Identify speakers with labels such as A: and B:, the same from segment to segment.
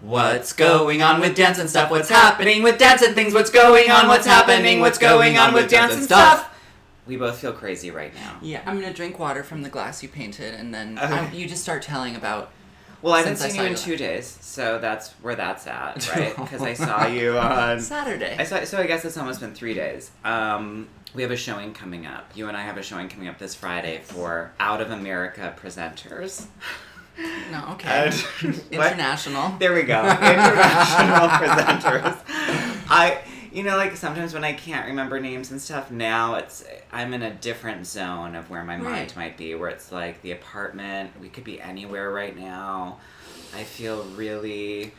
A: What's going on with dance and stuff? What's happening with dance and things? What's going on? What's happening? What's going on with dance and stuff? We both feel crazy right now.
B: Yeah, I'm gonna drink water from the glass you painted, and then
A: Okay.
B: I- you just start telling about.
A: Well, I haven't
B: Since I
A: seen
B: saw
A: you in
B: you
A: two days, so that's where that's at, right? Because I saw you on
B: Saturday.
A: I saw, so I guess it's almost been three days. Um, we have a showing coming up. You and I have a showing coming up this Friday for Out of America presenters.
B: no, okay.
A: And-
B: International.
A: There we go. International presenters. I, you know, like sometimes when I can't remember names and stuff, now it's I'm in a different zone of where my mind
B: Right.
A: might be, where it's like the apartment. We could be anywhere right now. I feel really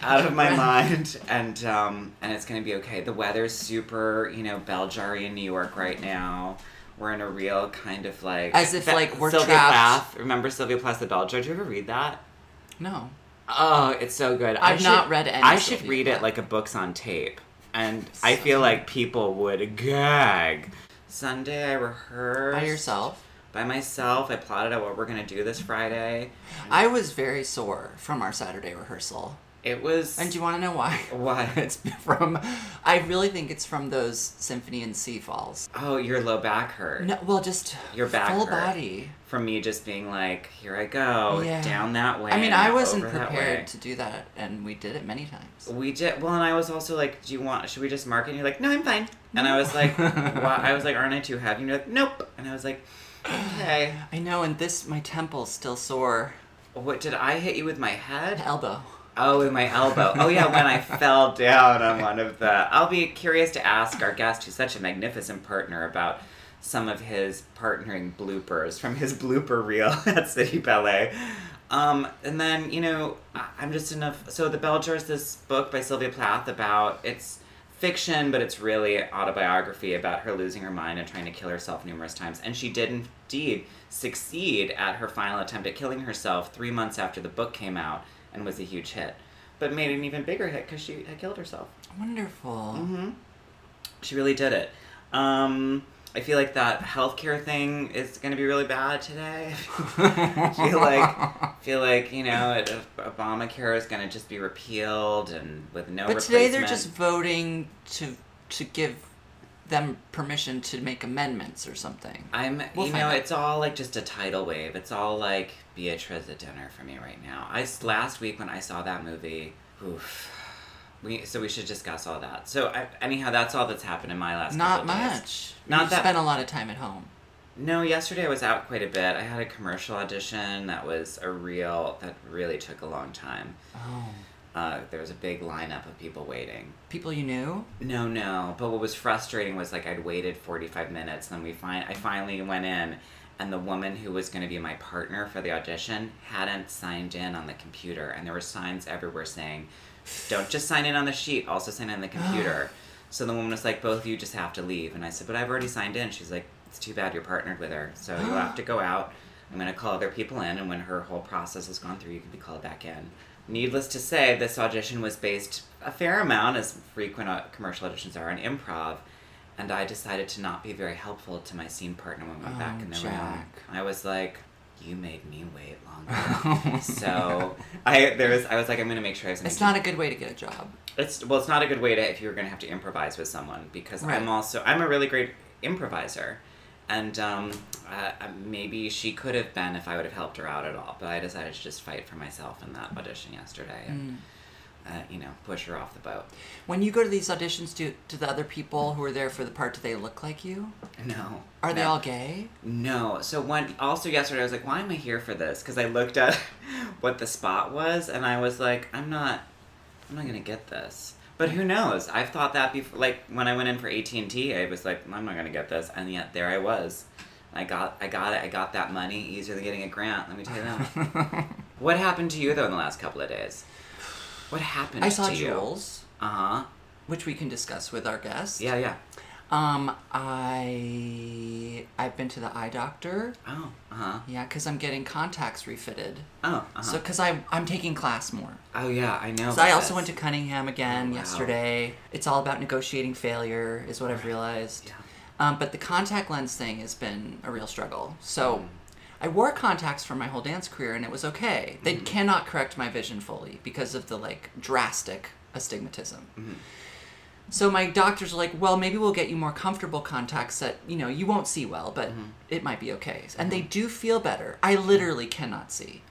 A: out of my
B: breath.
A: mind, and um, and it's gonna be okay. The weather's super, you know, Belgiary in New York right now. We're in a real kind of like
B: As if, like, we're
A: Sylvia
B: trapped.
A: Plath. Remember Sylvia Plath the Belgiar? Did you ever read that?
B: No.
A: Oh, it's so good. I
B: I've
A: should-
B: not read any
A: I should
B: Sylvia
A: read
B: Plath.
A: it like a book's on tape, and I feel like people would gag. Sunday, I rehearsed
B: By yourself.
A: By myself, I plotted out what we're gonna do this Friday.
B: I was very sore from our Saturday rehearsal.
A: It was.
B: And do you want to know why?
A: what?
B: It's from. I really think it's from those Symphony in Sea Falls.
A: Oh, your low back hurt.
B: No, well, just
A: Your back
B: full
A: hurt.
B: body.
A: From me just being like, here I go,
B: Yeah.
A: down that way.
B: I mean, I wasn't
A: over that way.
B: prepared to do that, and we did it many times.
A: We did well, and I was also like, "Do you want? Should we just mark it?" And you're like, "No, I'm fine." And I was like, "Why?" I was like, "Aren't I too heavy?" And you're like, "Nope." And I was like, "Okay."
B: I know, and this my temple's still sore.
A: What did I hit you with my head?
B: Elbow.
A: Oh, with my elbow. Oh yeah, when I fell down on one of the. I'll be curious to ask our guest, who's such a magnificent partner, about some of his partnering bloopers from his blooper reel at City Ballet. Um, and then you know, I- I'm just enough. So the Belger is this book by Sylvia Plath about it's fiction, but it's really autobiography about her losing her mind and trying to kill herself numerous times. And she did indeed succeed at her final attempt at killing herself three months after the book came out and was a huge hit, but made an even bigger hit because she had killed herself.
B: Wonderful. Mm-hmm.
A: She really did it. Um, I feel like that healthcare thing is going to be really bad today. I feel like, feel like you know, it, Obamacare is going to just be repealed and with no.
B: But today they're
A: replacement.
B: just voting to to give them permission to make amendments or something.
A: I'm,
B: We'll
A: you
B: find
A: know,
B: out.
A: it's all like just a tidal wave. It's all like Beatrice at dinner for me right now. I s- last week when I saw that movie, oof. We so we should discuss all that. So I, anyhow, that's all that's happened in my last.
B: Not
A: couple days.
B: much.
A: Not
B: you
A: that-
B: spent a lot of time at home.
A: No, yesterday I was out quite a bit. I had a commercial audition that was a real that really took a long time.
B: Oh.
A: Uh, there was a big lineup of people waiting.
B: People you knew?
A: No, no. But what was frustrating was like I'd waited 45 minutes, and then we find I finally went in, and the woman who was going to be my partner for the audition hadn't signed in on the computer, and there were signs everywhere saying, "Don't just sign in on the sheet, also sign in on the computer." so the woman was like, "Both of you just have to leave," and I said, "But I've already signed in." She's like, "It's too bad you're partnered with her, so you'll have to go out." I'm going to call other people in, and when her whole process has gone through, you can be called back in. Needless to say, this audition was based a fair amount, as frequent uh, commercial auditions are, on improv, and I decided to not be very helpful to my scene partner when we went back
B: Oh,
A: in the room.
B: Jack.
A: I was like, "You made me wait longer," so I there was I was like, "I'm going to make sure I was."
B: It's not a good way to get a job.
A: It's well, it's not a good way to if you're going to have to improvise with someone because
B: Right.
A: I'm also I'm a really great improviser, and um, uh, uh, maybe she could have been if I would have helped her out at all. But I decided to just fight for myself in that audition yesterday, and uh, you know, push her off the boat.
B: Mm. When you go to these auditions, do do the other people who are there for the part, do they look like you?
A: No,
B: Are they
A: No.
B: all gay?
A: No. So one also yesterday I was like, why am I here for this? Because I looked at what the spot was and I was like, I'm not, I'm not gonna get this. But who knows? I've thought that before. Like when I went in for AT and T, I was like, I'm not gonna get this, and yet there I was. I got, I got it. I got that money easier than getting a grant. Let me tell you that. what happened to you though in the last couple of days? What happened?
B: I saw
A: to
B: Jules,
A: Uh huh.
B: which we can discuss with our guest.
A: Yeah, yeah.
B: Um, I I've been to the eye doctor.
A: Oh, uh huh.
B: Yeah, because I'm getting contacts refitted.
A: Oh, uh huh.
B: So, because I'm I'm taking class more.
A: oh yeah, I know.
B: So I
A: about
B: also
A: this.
B: went to Cunningham again
A: Oh, wow.
B: yesterday. It's all about negotiating failure, is
A: Hmm.
B: what I've realized. Um, but the contact lens thing has been a real struggle. So I wore contacts for my whole dance career and it was okay. They
A: Hmm.
B: cannot correct my vision fully because of the like drastic astigmatism.
A: Mm-hmm.
B: So my doctors are like, well, maybe we'll get you more comfortable contacts that, you know, you won't see well, but
A: Mm-hmm.
B: it might be okay. And they do feel better. I literally cannot see.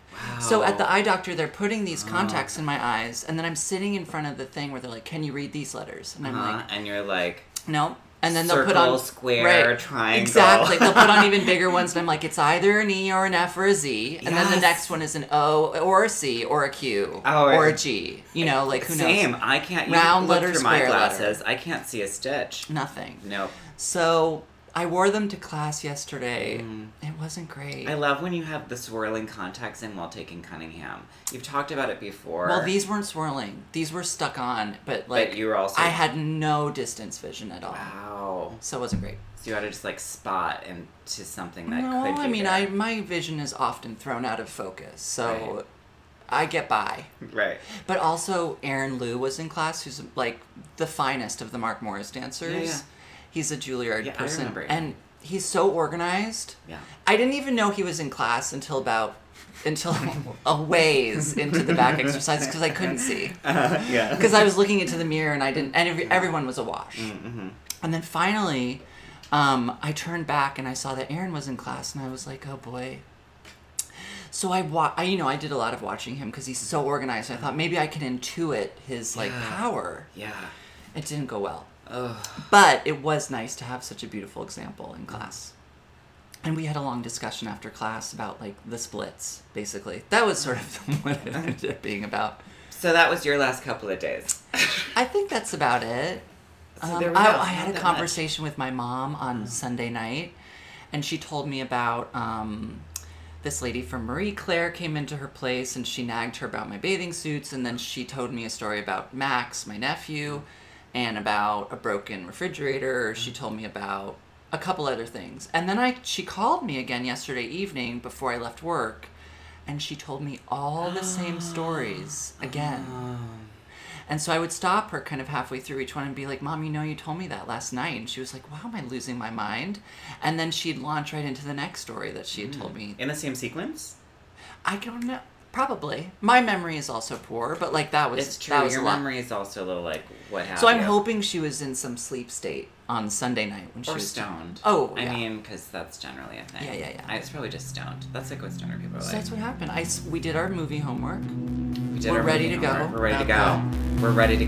B: So at
A: Oh.
B: the eye doctor, they're putting these contacts in my eyes, and then I'm sitting in front of the thing where they're like, "Can you read these letters?" And I'm
A: Uh-huh,
B: like,
A: and you're like,
B: "No." And then they'll put on
A: Circle, square, triangle.
B: Exactly. They'll put on even bigger ones, and I'm like, "It's either an E or an F or a Z." And then the
A: Yes.
B: next one is an O or a C or a Q
A: Oh,
B: or a
A: it-
B: G. You know, like who
A: same.
B: knows?
A: I can't.
B: Round
A: you look
B: letter,
A: through my
B: square letter.
A: glasses. I can't see a stitch.
B: Nothing.
A: No.
B: So I wore them to class yesterday. It wasn't great.
A: Mm. I love when you have the swirling contacts in while taking Cunningham. You've talked about it before.
B: Well, these weren't swirling. These were stuck on, but like
A: But you were also.
B: I had no distance vision at all.
A: Wow.
B: So it wasn't great.
A: So you had to just like spot into something that
B: no,
A: could. Be
B: I mean,
A: there.
B: I my vision is often thrown out of focus, so
A: Right. Hmm.
B: I get by.
A: Right.
B: But also, Aaron Liu was in class, who's like the finest of the Mark Morris dancers.
A: Yeah, yeah.
B: He's a Juilliard
A: Yeah, I
B: person,
A: remember him.
B: and he's so organized.
A: Yeah.
B: I didn't even know he was in class until about until a ways into the back exercises because I couldn't see.
A: yeah.
B: because I was looking into the mirror and I didn't, and every, everyone was awash.
A: Mm-hmm.
B: And then finally, um, I turned back and I saw that Aaron was in class, and I was like, oh boy. So I, wa- I you know, I did a lot of watching him because he's so organized. I thought maybe I can intuit his like
A: Yeah.
B: power.
A: Yeah.
B: It didn't go well,
A: Oh.
B: but it was nice to have such a beautiful example in class. And we had a long discussion after class about like the splits, basically. That was sort of what it ended up being about.
A: So that was your last couple of days.
B: I think that's about it.
A: So
B: Um,
A: there we
B: I,
A: go.
B: I
A: Not
B: had a
A: that Mm-hmm.
B: conversation with my mom on Sunday night, and she told me about um, this lady from Marie Claire came into her place, and she nagged her about my bathing suits, and then she told me a story about Max, my nephew, and about a broken refrigerator. She
A: Mm-hmm.
B: told me about a couple other things, and then I she called me again yesterday evening before I left work, and she told me all the same stories
A: Ah.
B: again.
A: Um,
B: And so I would stop her kind of halfway through each one and be like, Mom, you know, you told me that last night. And she was like, Wow, am I losing my mind? And then she'd launch right into the next story that she had told me.
A: In the same sequence.
B: I don't know. Probably. My memory is also poor, but like that was,
A: It's true.
B: that was
A: your
B: a lot.
A: memory is also a little like what happened.
B: So I'm hoping she was in some sleep state on Sunday night when she
A: Or
B: was
A: stoned.
B: Oh,
A: I
B: yeah.
A: mean, because that's generally a thing.
B: Yeah, yeah, yeah.
A: I, it's probably just stoned. That's like what stoner people are
B: So
A: like.
B: that's what happened. I, s- we did our movie homework.
A: We did
B: we're
A: our
B: ready
A: movie
B: to go.
A: homework. We're ready to
B: Now
A: go. We're ready to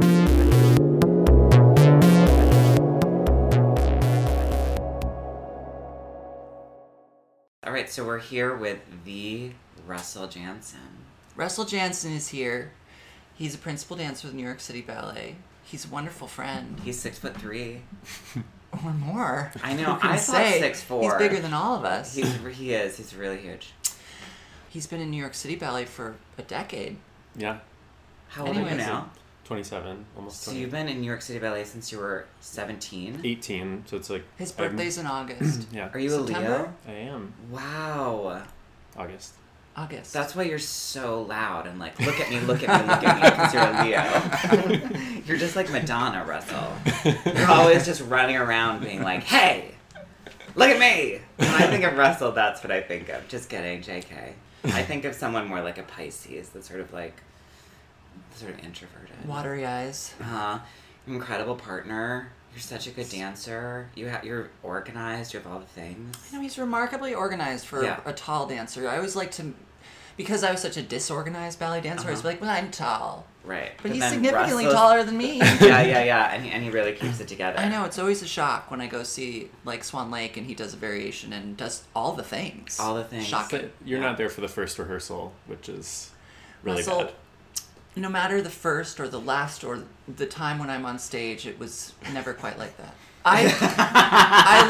A: go. All right, so we're here with the Russell Jansen.
B: Russell Jansen is here. He's a principal dancer with New York City Ballet. He's a wonderful friend.
A: He's six foot three.
B: Or more.
A: I know,
B: Who can
A: I thought 6'4".
B: He's bigger than all of us.
A: He's he is. He's really huge.
B: He's been in New York City Ballet for a decade.
C: Yeah,
A: How old are you
B: Anyways.
A: now?
C: 27, almost
A: So
C: 20.
A: you've been in New York City Ballet since you were seventeen.
C: 18, so it's like.
B: His
C: I'm-
B: birthday's in August.
C: yeah,
A: Are you a Leo?
B: September?
C: I am.
A: Wow.
C: August.
B: August.
A: That's why you're so loud and like, look at me, look at me, look at me, because you're a Leo. you're just like Madonna, Russell. You're always just running around being like, hey, look at me. When I think of Russell, that's what I think of. Just kidding, JK. I think of someone more like a Pisces that's sort of like, sort of introverted.
B: watery eyes.
A: Uh, incredible partner. You're such a good dancer. You ha- you're organized. You have all the things.
B: You know, he's remarkably organized for
A: Yeah.
B: a tall dancer. I always like to, because I was such a disorganized ballet dancer, I was like, well, I'm tall.
A: Right.
B: But, he's
A: Uh-huh. then
B: significantly
A: Russell's-
B: taller than me.
A: yeah, yeah, yeah. And he, and he really keeps it together.
B: I know, it's always a shock when I go see, like, Swan Lake and he does a variation and does all the things.
A: All the things.
B: Shocking.
C: But you're
A: Yeah.
C: not there for the first rehearsal, which is really
B: Russell,
C: bad.
B: no matter the first or the last or the time when I'm on stage, it was never quite like that. I, I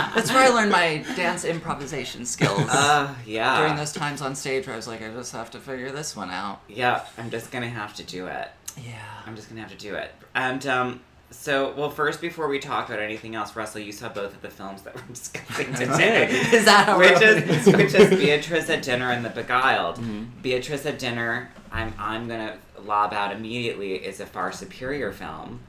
B: learned, that's where I learned my dance improvisation skills
A: Uh, yeah.
B: during those times on stage where I was like, I just have to figure this one out.
A: Yeah, I'm just gonna have to do it.
B: Yeah.
A: I'm just gonna have to do it. And um, so, well, first before we talk about anything else, Russell, you saw both of the films that we're discussing today.
B: Is that how
A: Which
B: rough it Mm-hmm.
A: is which is Beatrice at Dinner and The Beguiled. Beatrice at Dinner, I'm I'm gonna lob out immediately is a far superior film.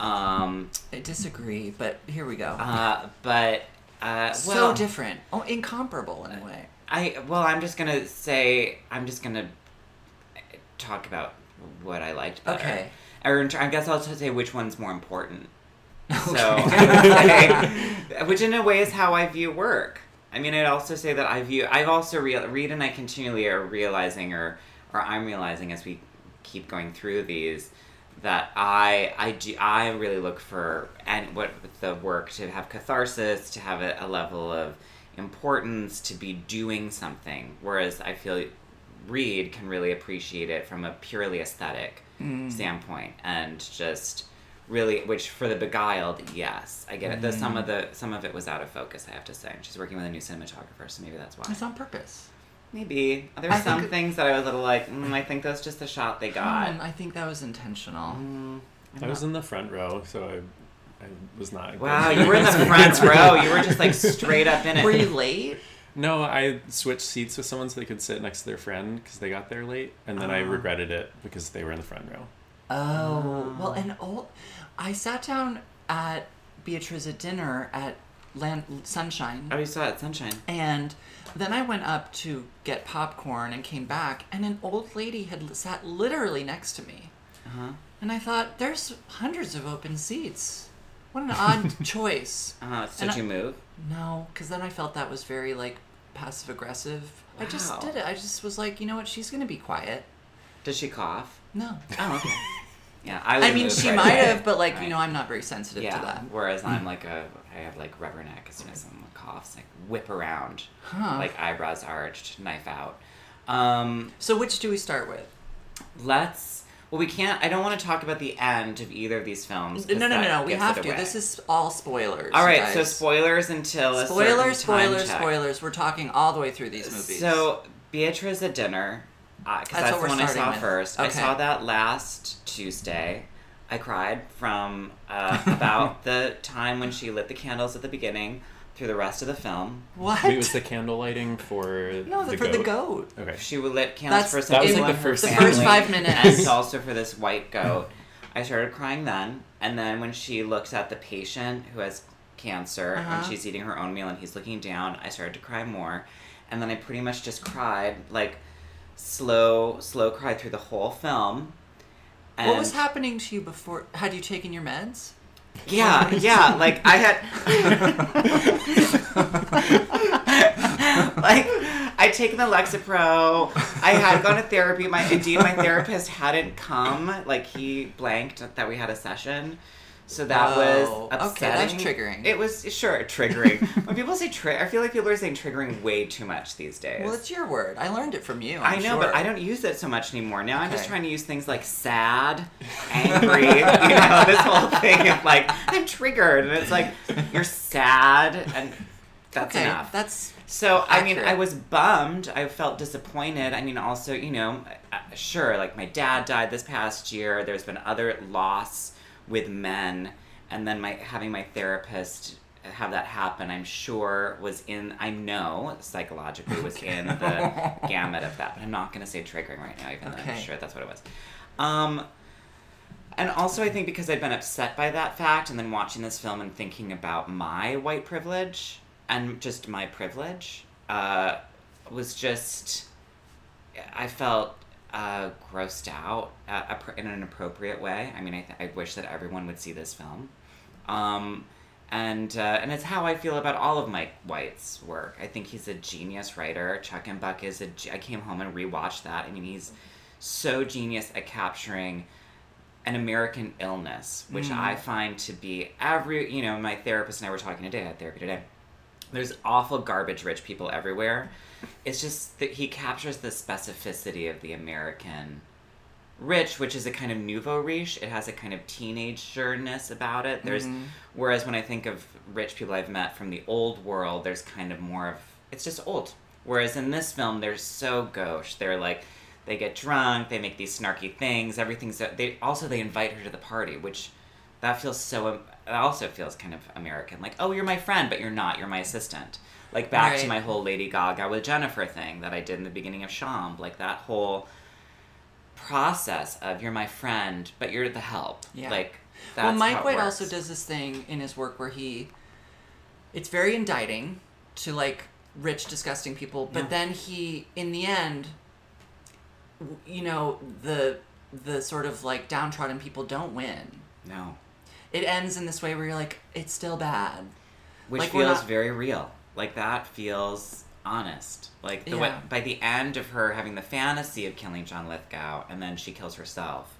A: Um,
B: I disagree, but here we go.
A: Uh, but Uh,
B: so
A: well,
B: different. Oh, incomparable in a way.
A: I well, I'm just gonna say I'm just gonna talk about what I liked better.
B: Okay.
A: Or in tr- I guess I'll just say which one's more important. So,
B: Okay.
A: which in a way is how I view work. I mean, I'd also say that I view. I've also real Reed and I continually are realizing, or or I'm realizing as we keep going through these, that I I do I really look for and what with the work to have catharsis, to have a, a level of importance, to be doing something. Whereas I feel Reed can really appreciate it from a purely aesthetic
B: Mm-hmm.
A: standpoint and just really which for the beguiled yes i get it the some of
B: Mm-hmm.
A: the some of it was out of focus i have to say she's working with a new cinematographer so maybe that's why
B: It's on purpose.
A: maybe there
B: I
A: were some
B: think-
A: things that i was a little like mm, i think that's just the shot they got
B: Mm, I think that was intentional.
A: Mm, I'm
C: I was
A: not-
C: in the front row, so I, I was not.
A: wow you were in the front row you were just like straight up in it
B: Were you late?
C: No, I switched seats with someone so they could sit next to their friend because they got there late, and then I
B: Ah.
A: Oh.
C: regretted it because they were in the front row.
B: Oh, well, an old. I sat down at Beatrice at dinner at Land Sunshine,
A: oh you saw it sunshine
B: and then I went up to get popcorn and came back, and an old lady had l- sat literally next to me,
A: uh-huh
B: and I thought, "There's hundreds of open seats. What an odd choice."
A: uh, so
B: And
A: did you move
B: No, because then I felt that was very like passive aggressive. I just
A: Wow.
B: did it. I just was like, you know what? She's gonna be quiet.
A: did she cough
B: No.
A: oh okay yeah i,
B: I
A: would've
B: mean,
A: moved
B: she
A: right
B: might
A: away.
B: have, but like,
A: Right.
B: you know, I'm not very sensitive
A: yeah.
B: to that.
A: Whereas I'm
B: Mm.
A: like a, I have like rubber neck as soon as someone coughs, like whip around,
B: Huh.
A: like eyebrows arched, knife out. Um,
B: So which do we start with?
A: let's. Well, we can't. I don't want to talk about the end of either of these films. 'cause
B: No, no, no,
A: that
B: no. We
A: gives
B: have
A: it
B: to.
A: away.
B: This is all spoilers.
A: all
B: you
A: right. So
B: guys.
A: spoilers until a
B: spoiler,
A: certain time
B: spoilers,
A: check.
B: spoilers. We're talking all the way through these movies.
A: So Beatrice at dinner, because
B: That's
A: that's,
B: what
A: the
B: we're
A: one I
B: starting
A: saw
B: with.
A: first. I
B: Okay.
A: saw that last Tuesday. I cried from uh, about the time when she lit the candles at the beginning through the rest of the film.
B: what?
C: Wait, was the candle lighting for
B: no, the,
C: the
B: for
C: goat?
B: the goat.
C: Okay.
A: She would lit candles
B: That's-
A: for
C: That was,
A: someone,
C: like, the
A: her
C: first- the
A: family,
C: first
B: five minutes.
A: and also for this white goat. I started crying then, and then when she looks at the patient who has cancer
B: Uh-huh.
A: and she's eating her own meal and he's looking down, I started to cry more, and then I pretty much just cried like slow, slow cry through the whole film. And
B: What was happening to you before? Had you taken your meds?
A: Yeah, yeah. Like I had, like I taken the Lexapro. I had gone to therapy. My indeed, my therapist hadn't come. Like he blanked that we had a session. So that
B: Whoa.
A: was
B: Okay, that's
A: upsetting.
B: triggering.
A: It was sure triggering. when people say trigger, I feel like people are saying triggering way too much these days.
B: Well, it's your word. I learned it from you.
A: I
B: I'm
A: know, but
B: sure.
A: I don't use it so much anymore. Now I'm just
B: Okay.
A: trying to use things like sad, angry, you know, this whole thing of like, I'm triggered. And it's like, you're sad, and that's
B: okay,
A: enough.
B: That's
A: so, I mean,
B: accurate.
A: I was bummed. I felt disappointed. I mean, also, you know, uh, sure, like my dad died this past year, there's been other loss with men. And then my having my therapist have that happen, I'm sure was in, I know psychologically was in the gamut of that, but I'm not going to say triggering right now, even though I'm
B: Okay.
A: sure that's what it was. Um, and also, I think because I'd been upset by that fact, and then watching this film and thinking about my white privilege and just my privilege, uh, was just I felt uh, grossed out uh, appro- in an appropriate way. I mean, I, th- I wish that everyone would see this film, um, and uh, and it's how I feel about all of Mike White's work. I think he's a genius writer. Chuck and Buck is a. ge- I came home and rewatched that. I mean, he's so genius at capturing an American illness, which I find to be every, you know, my therapist and I were talking today, I had therapy today. There's awful garbage rich people everywhere. It's just that he captures the specificity of the American rich, which is a kind of nouveau riche. It has a kind of teenagerness about it. There's, whereas when I think of rich people I've met from the old world, there's kind of more of it's just old. Whereas in this film, they're so gauche. They're like, they get drunk, they make these snarky things. Everything's they also they invite her to the party, which that feels so. um, That also feels kind of American. Like, oh, you're my friend, but you're not. You're my assistant. Like back to
B: Right.
A: my whole Lady Gaga with Jennifer thing that I did in the beginning of Sham. Like that whole process of you're my friend, but you're the help.
B: Yeah.
A: Like that's
B: well, Mike
A: how it
B: White
A: works.
B: also does this thing in his work where he it's very indicting to like rich, disgusting people. But
C: Yeah.
B: then he, in the end, w- you know, the the sort of like downtrodden people don't win.
A: No.
B: It ends in this way where you're like, it's still bad.
A: Which
B: Like, we're
A: feels
B: not-
A: very real. Like that feels honest. Like the way-
B: Yeah.
A: by the end of her having the fantasy of killing John Lithgow and then she kills herself.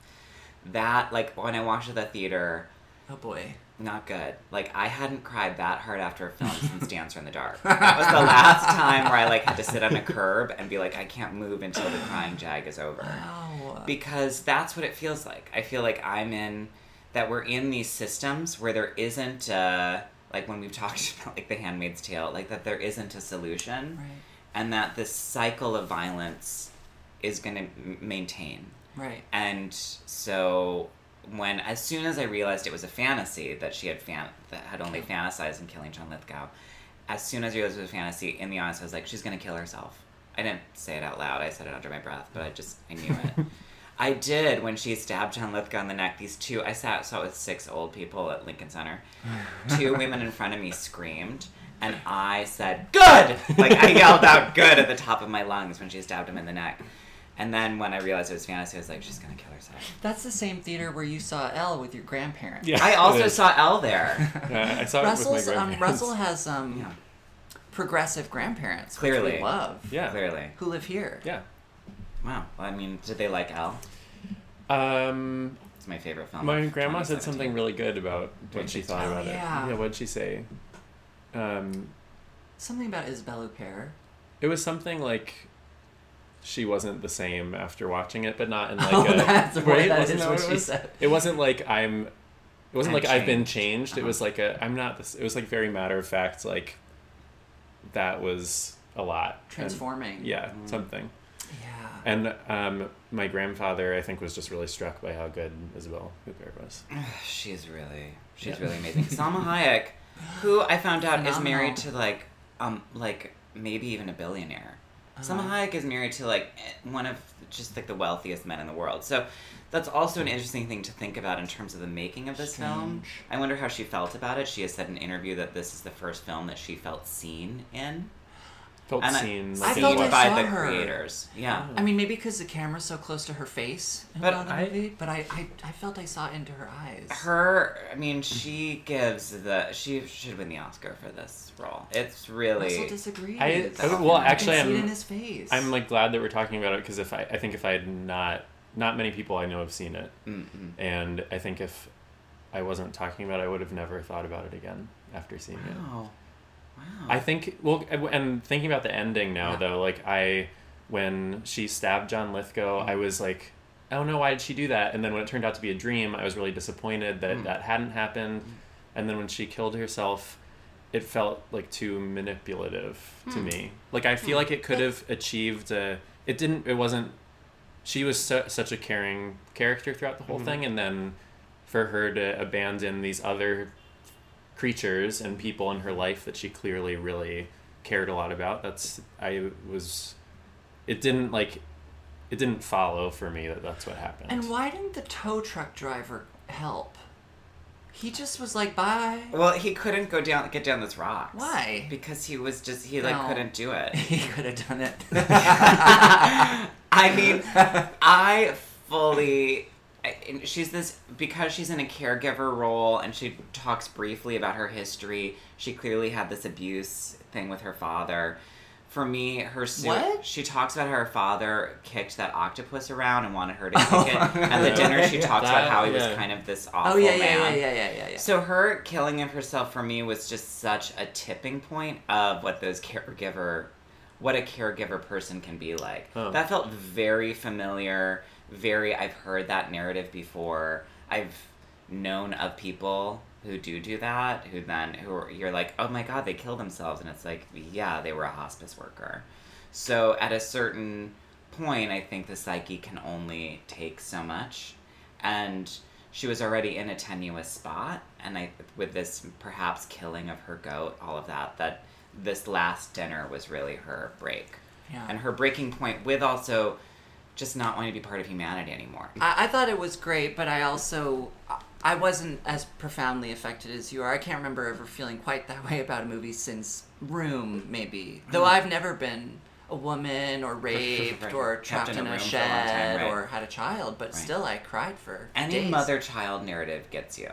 A: That like when I watched it at the theater,
B: Oh boy.
A: not good. Like I hadn't cried that hard after a film since Dancer in the Dark. That was the last time where I like had to sit on a curb and be like, I can't move until the crying jag is over
B: Oh.
A: because that's what it feels like. I feel like I'm in that we're in these systems where there isn't uh like when we've talked about like the handmaid's tale like that there isn't a solution
B: right.
A: and that this cycle of violence is going to m- maintain
B: Right.
A: and so when as soon as I realized it was a fantasy that she had fan that had only fantasized in killing John Lithgow, as soon as I realized it was a fantasy, in the honest I was like, she's gonna kill herself. I didn't say it out loud, I said it under my breath, but I just I knew it. I did when she stabbed John Lithgow in the neck. These two, I sat saw it with six old people at Lincoln Center. two women in front of me screamed, and I said, "Good!" Like I yelled out "Good" at the top of my lungs when she stabbed him in the neck. And then when I realized it was fantasy, I was like, "She's gonna kill herself."
B: That's the same theater where you saw Elle with your grandparents.
C: Yeah,
A: I also
C: it is.
A: saw Elle there.
C: Yeah, I saw it with
B: Russell's
C: my
B: um,
C: grandparents.
B: Russell has um
A: Yeah.
B: progressive grandparents. Which
A: Clearly.
B: we love.
C: Yeah,
A: Clearly.
B: Who live here.
C: yeah.
A: Wow. Well, I mean, did they like Elle?
C: Um,
A: It's my favorite film.
C: my
A: of
C: grandma
A: 2017.
C: said something really good about what she thought
B: Oh,
C: about
B: yeah.
C: it. Yeah, what'd she say? Um,
B: Something about Isabelle Huppert.
C: it was something like she wasn't the same after watching it, but not in like
B: oh,
C: a
B: that's
C: right?
B: right. That
C: Wasn't
B: is
C: that
B: what
C: it
B: she
C: was?
B: said.
C: It wasn't like I'm. It wasn't
A: I'm
C: like I've been
A: changed.
C: changed. It
A: Uh-huh.
C: was like a I'm not this. It was like very matter of fact. Like that was a lot. And-
B: Transforming. Mm.
C: yeah, something.
B: Yeah.
C: And um, my grandfather, I think, was just really struck by how good Isabel Huppert was.
A: She's really, she's
C: Yeah.
A: really amazing. Salma Hayek, who I found out is
B: Phenomenal.
A: married to like, um, like maybe even a billionaire.
B: Uh-huh. Uh,
A: Salma Hayek is married to like eh, one of just like the wealthiest men in the world. So that's also an interesting thing to think about in terms of the making of this film.
B: Strange.
A: I wonder how she felt about it. She has said in an interview that this is the first film that she felt seen in.
C: Felt
A: And I-
C: seen.
B: I
C: seen
B: felt
C: by-
B: I
A: by
B: saw
A: the
B: her. Oh,
A: creators. Yeah.
B: I mean, maybe because the camera's so close to her face in
A: But
B: a lot of the
C: I-
B: movie, but I, I, I felt I saw into her eyes.
A: Her, I mean, she gives the. She should win the Oscar for this role. It's
B: Russell
A: really.
B: disagrees.
C: I, I-
A: Really?
C: well,
A: I
B: I can
C: actually,
B: see it in
C: I'm
B: his face.
C: I'm like glad that we're talking about it because if I I think if I had not not many people I know have seen it,
A: Mm-mm.
C: and I think if I wasn't talking about it, I would have never thought about it again after seeing it.
A: Wow. Wow.
C: I think well, and thinking about the ending now
B: Yeah.
C: though, like I, when she stabbed John Lithgow, I was like, oh no, why did she do that? And then when it turned out to be a dream, I was really disappointed that that hadn't happened. And then when she killed herself, it felt like too manipulative to me. Like I feel like it could have achieved a. It didn't. It wasn't. She was su- such a caring character throughout the whole thing, and then for her to abandon these other creatures and people in her life that she clearly really cared a lot about that's i was it didn't like it didn't follow for me that that's what happened
B: And why didn't the tow truck driver help? He just was like, bye.
A: Well, he couldn't go down, get down those rocks.
B: Why?
A: Because he was just, he like
B: No.
A: couldn't do it.
B: He could have done it.
A: I mean, I fully. I- and She's this because she's in a caregiver role, and she talks briefly about her history. She clearly had this abuse thing with her father. For me, her suit.
B: What?
A: She talks about how her father kicked that octopus around and wanted her to kick it. At the dinner, she
C: Yeah.
A: talks about
C: That-
A: how he was
C: yeah.
A: kind of this awful
B: oh, yeah, yeah,
A: man.
B: yeah, yeah, yeah, yeah, yeah.
A: So her killing of herself for me was just such a tipping point of what those caregiver, what a caregiver person can be like.
C: Huh.
A: That felt very familiar. Very, I've heard that narrative before. I've known of people who do do that. Who then who are, you're like, oh my god, they killed themselves, and it's like, yeah, they were a hospice worker. So at a certain point, I think the psyche can only take so much, and she was already in a tenuous spot. And I, with this perhaps killing of her goat, all of that, that this last dinner was really her break,
B: Yeah.
A: and her breaking point with also just not wanting to be part of humanity anymore.
B: I, I thought it was great, but I also I- I wasn't as profoundly affected as you are. I can't remember ever feeling quite that way about a movie since Room, maybe. Though
A: Hmm.
B: I've never been a woman or raped or
A: Kept
B: trapped
A: in
B: in
A: a
B: a,
A: room for a long time,
B: shed
A: right.
B: or had a child, but still I cried for
A: Any
B: days.
A: mother child narrative gets you.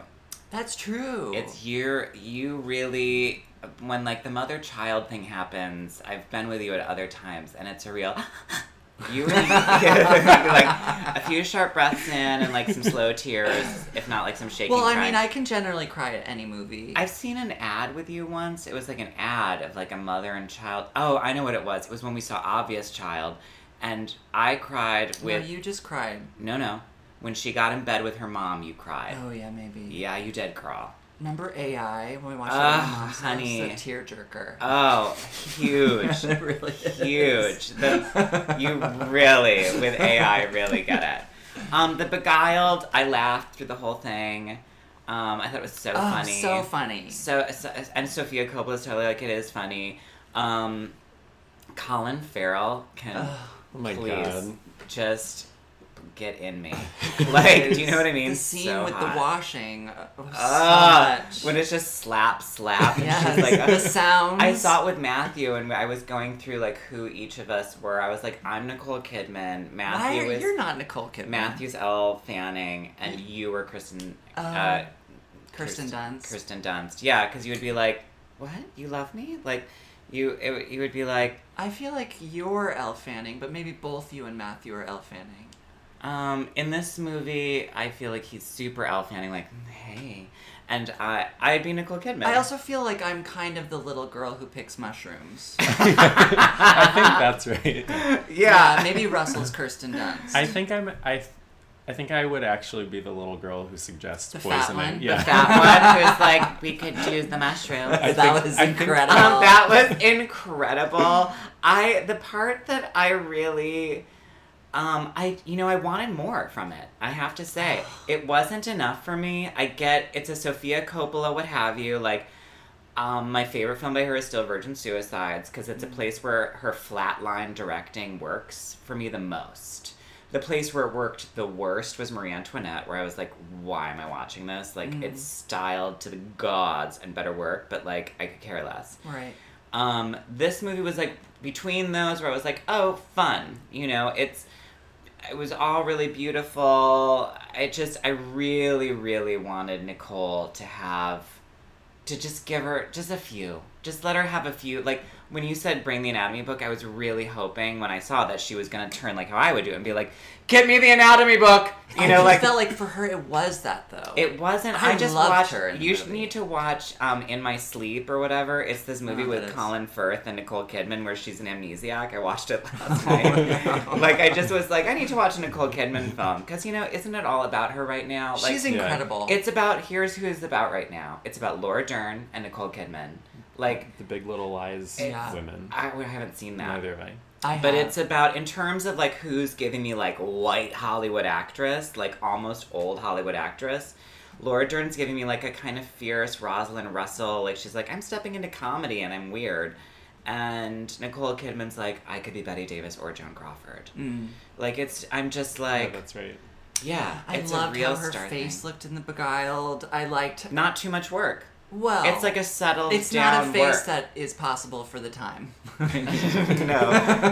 B: That's true.
A: It's you're you really when like the mother child thing happens. I've been with you at other times, and it's a real. You really like a few sharp breaths in and like some slow tears, if not like some shaking.
B: well, I
A: cry.
B: mean, I can generally cry at any movie.
A: I've seen an ad with you once. It was like an ad of like a mother and child. Oh, I know what it was. It was when we saw Obvious Child, and I cried
B: no,
A: with
B: you just cried.
A: no, no. When she got in bed with her mom, you cried.
B: Oh yeah, maybe.
A: Yeah, you did crawl.
B: Remember AI when we watched it
A: Ugh,
B: with my mom's
A: honey.
B: It's a tearjerker.
A: Oh, huge.
B: it really is.
A: huge. The, you really, with AI, really get it. Um, the Beguiled, I laughed through the whole thing. Um, I thought it was so
B: Oh,
A: funny.
B: so funny.
A: So, so and Sophia Coppola's totally like it is funny. Um, Colin Farrell can
C: Oh my
A: please
C: god.
A: just get in me. Like, do you know what I mean?
B: The scene
A: So
B: with
A: hot.
B: the washing. uh, oh,
A: Ugh,
B: so
A: Ah, when
B: much.
A: it's just slap slap and
B: Yes,
A: she's like
B: the sounds.
A: I saw it with Matthew and I was going through like who each of us were. I was like, I'm Nicole Kidman,
B: Why
A: Matthew
B: are,
A: is
B: you're not Nicole Kidman?
A: Matthew's L Fanning, and you were Kristen uh,
B: Uh, Kirsten Dunst.
A: Kirsten Dunst. Yeah, because you would be like, What? You love me? Like you it, would- you would be like,
B: I feel like you're Elle Fanning, but maybe both you and Matthew are Elle Fanning.
A: Um, in this movie, I feel like he's super L Fanning, like, hey. And I I'd be Nicole Kidman.
B: I also feel like I'm kind of the little girl who picks mushrooms.
C: I think that's right.
A: Yeah.
B: Uh, maybe Russell's Kirsten Dunst.
C: I think I'm I I think I would actually be the little girl who suggests
B: The
C: poisoning.
B: fat one? The
C: Yeah.
A: that one who's like, we could use the mushrooms.
C: I
B: that
C: think-
B: was
C: I think-
B: incredible.
A: Um, that was incredible. I the part that I really um I you know I wanted more from it. I have to say. It wasn't enough for me. I get it's a Sofia Coppola what have you like um, my favorite film by her is still Virgin Suicides because it's a place where her flatline directing works for me the most. The place where it worked the worst was Marie Antoinette, where I was like, why am I watching this? Like, it's styled to the gods and better work, but like, I could care less.
B: right.
A: Um, this movie was like between those where I was like, oh, fun. You know, it's it was all really beautiful. I just I really really wanted Nicole to have to just give her just a few. Just let her have a few. Like when you said bring the anatomy book, I was really hoping when I saw that she was going to turn like how I would do it and be like, "Get me the anatomy book." You
B: I
A: know,
B: just
A: like
B: felt like for her it was that though.
A: it wasn't.
B: I
A: I, just
B: loved
A: watched.
B: her in the
A: you
B: movie.
A: need to watch um, "In My Sleep" or whatever. It's this movie
B: Oh, that
A: with
B: is-
A: Colin Firth and Nicole Kidman where she's an amnesiac. I watched it last
B: Oh,
A: night.
B: no.
A: Like I just was like, I need to watch a Nicole Kidman film because you know, isn't it all about her right now? Like,
B: She's
C: Yeah.
B: incredible.
A: It's about here's who it's about right now. It's about Laura Dern and Nicole Kidman. Like
C: The Big Little Lies
B: Yeah.
C: women.
A: I, I haven't seen that.
C: Neither have I.
B: I
A: But
B: have-
A: it's about in terms of like who's giving me like white Hollywood actress, like almost old Hollywood actress. Laura Dern's giving me like a kind of fierce Rosalind Russell. Like she's like, I'm stepping into comedy and I'm weird. And Nicole Kidman's like, I could be Betty Davis or Joan Crawford.
B: Mm.
A: Like it's, I'm just
C: Yeah,
A: like,
C: that's right.
A: yeah,
B: I
A: it's
B: loved
A: a real
B: how her
A: star
B: face
A: thing.
B: looked in the Beguiled. I liked.
A: Not too much work.
B: Well,
A: It's like a settled
B: It's
A: down
B: not a face
A: work.
B: that is possible for the time.
A: no,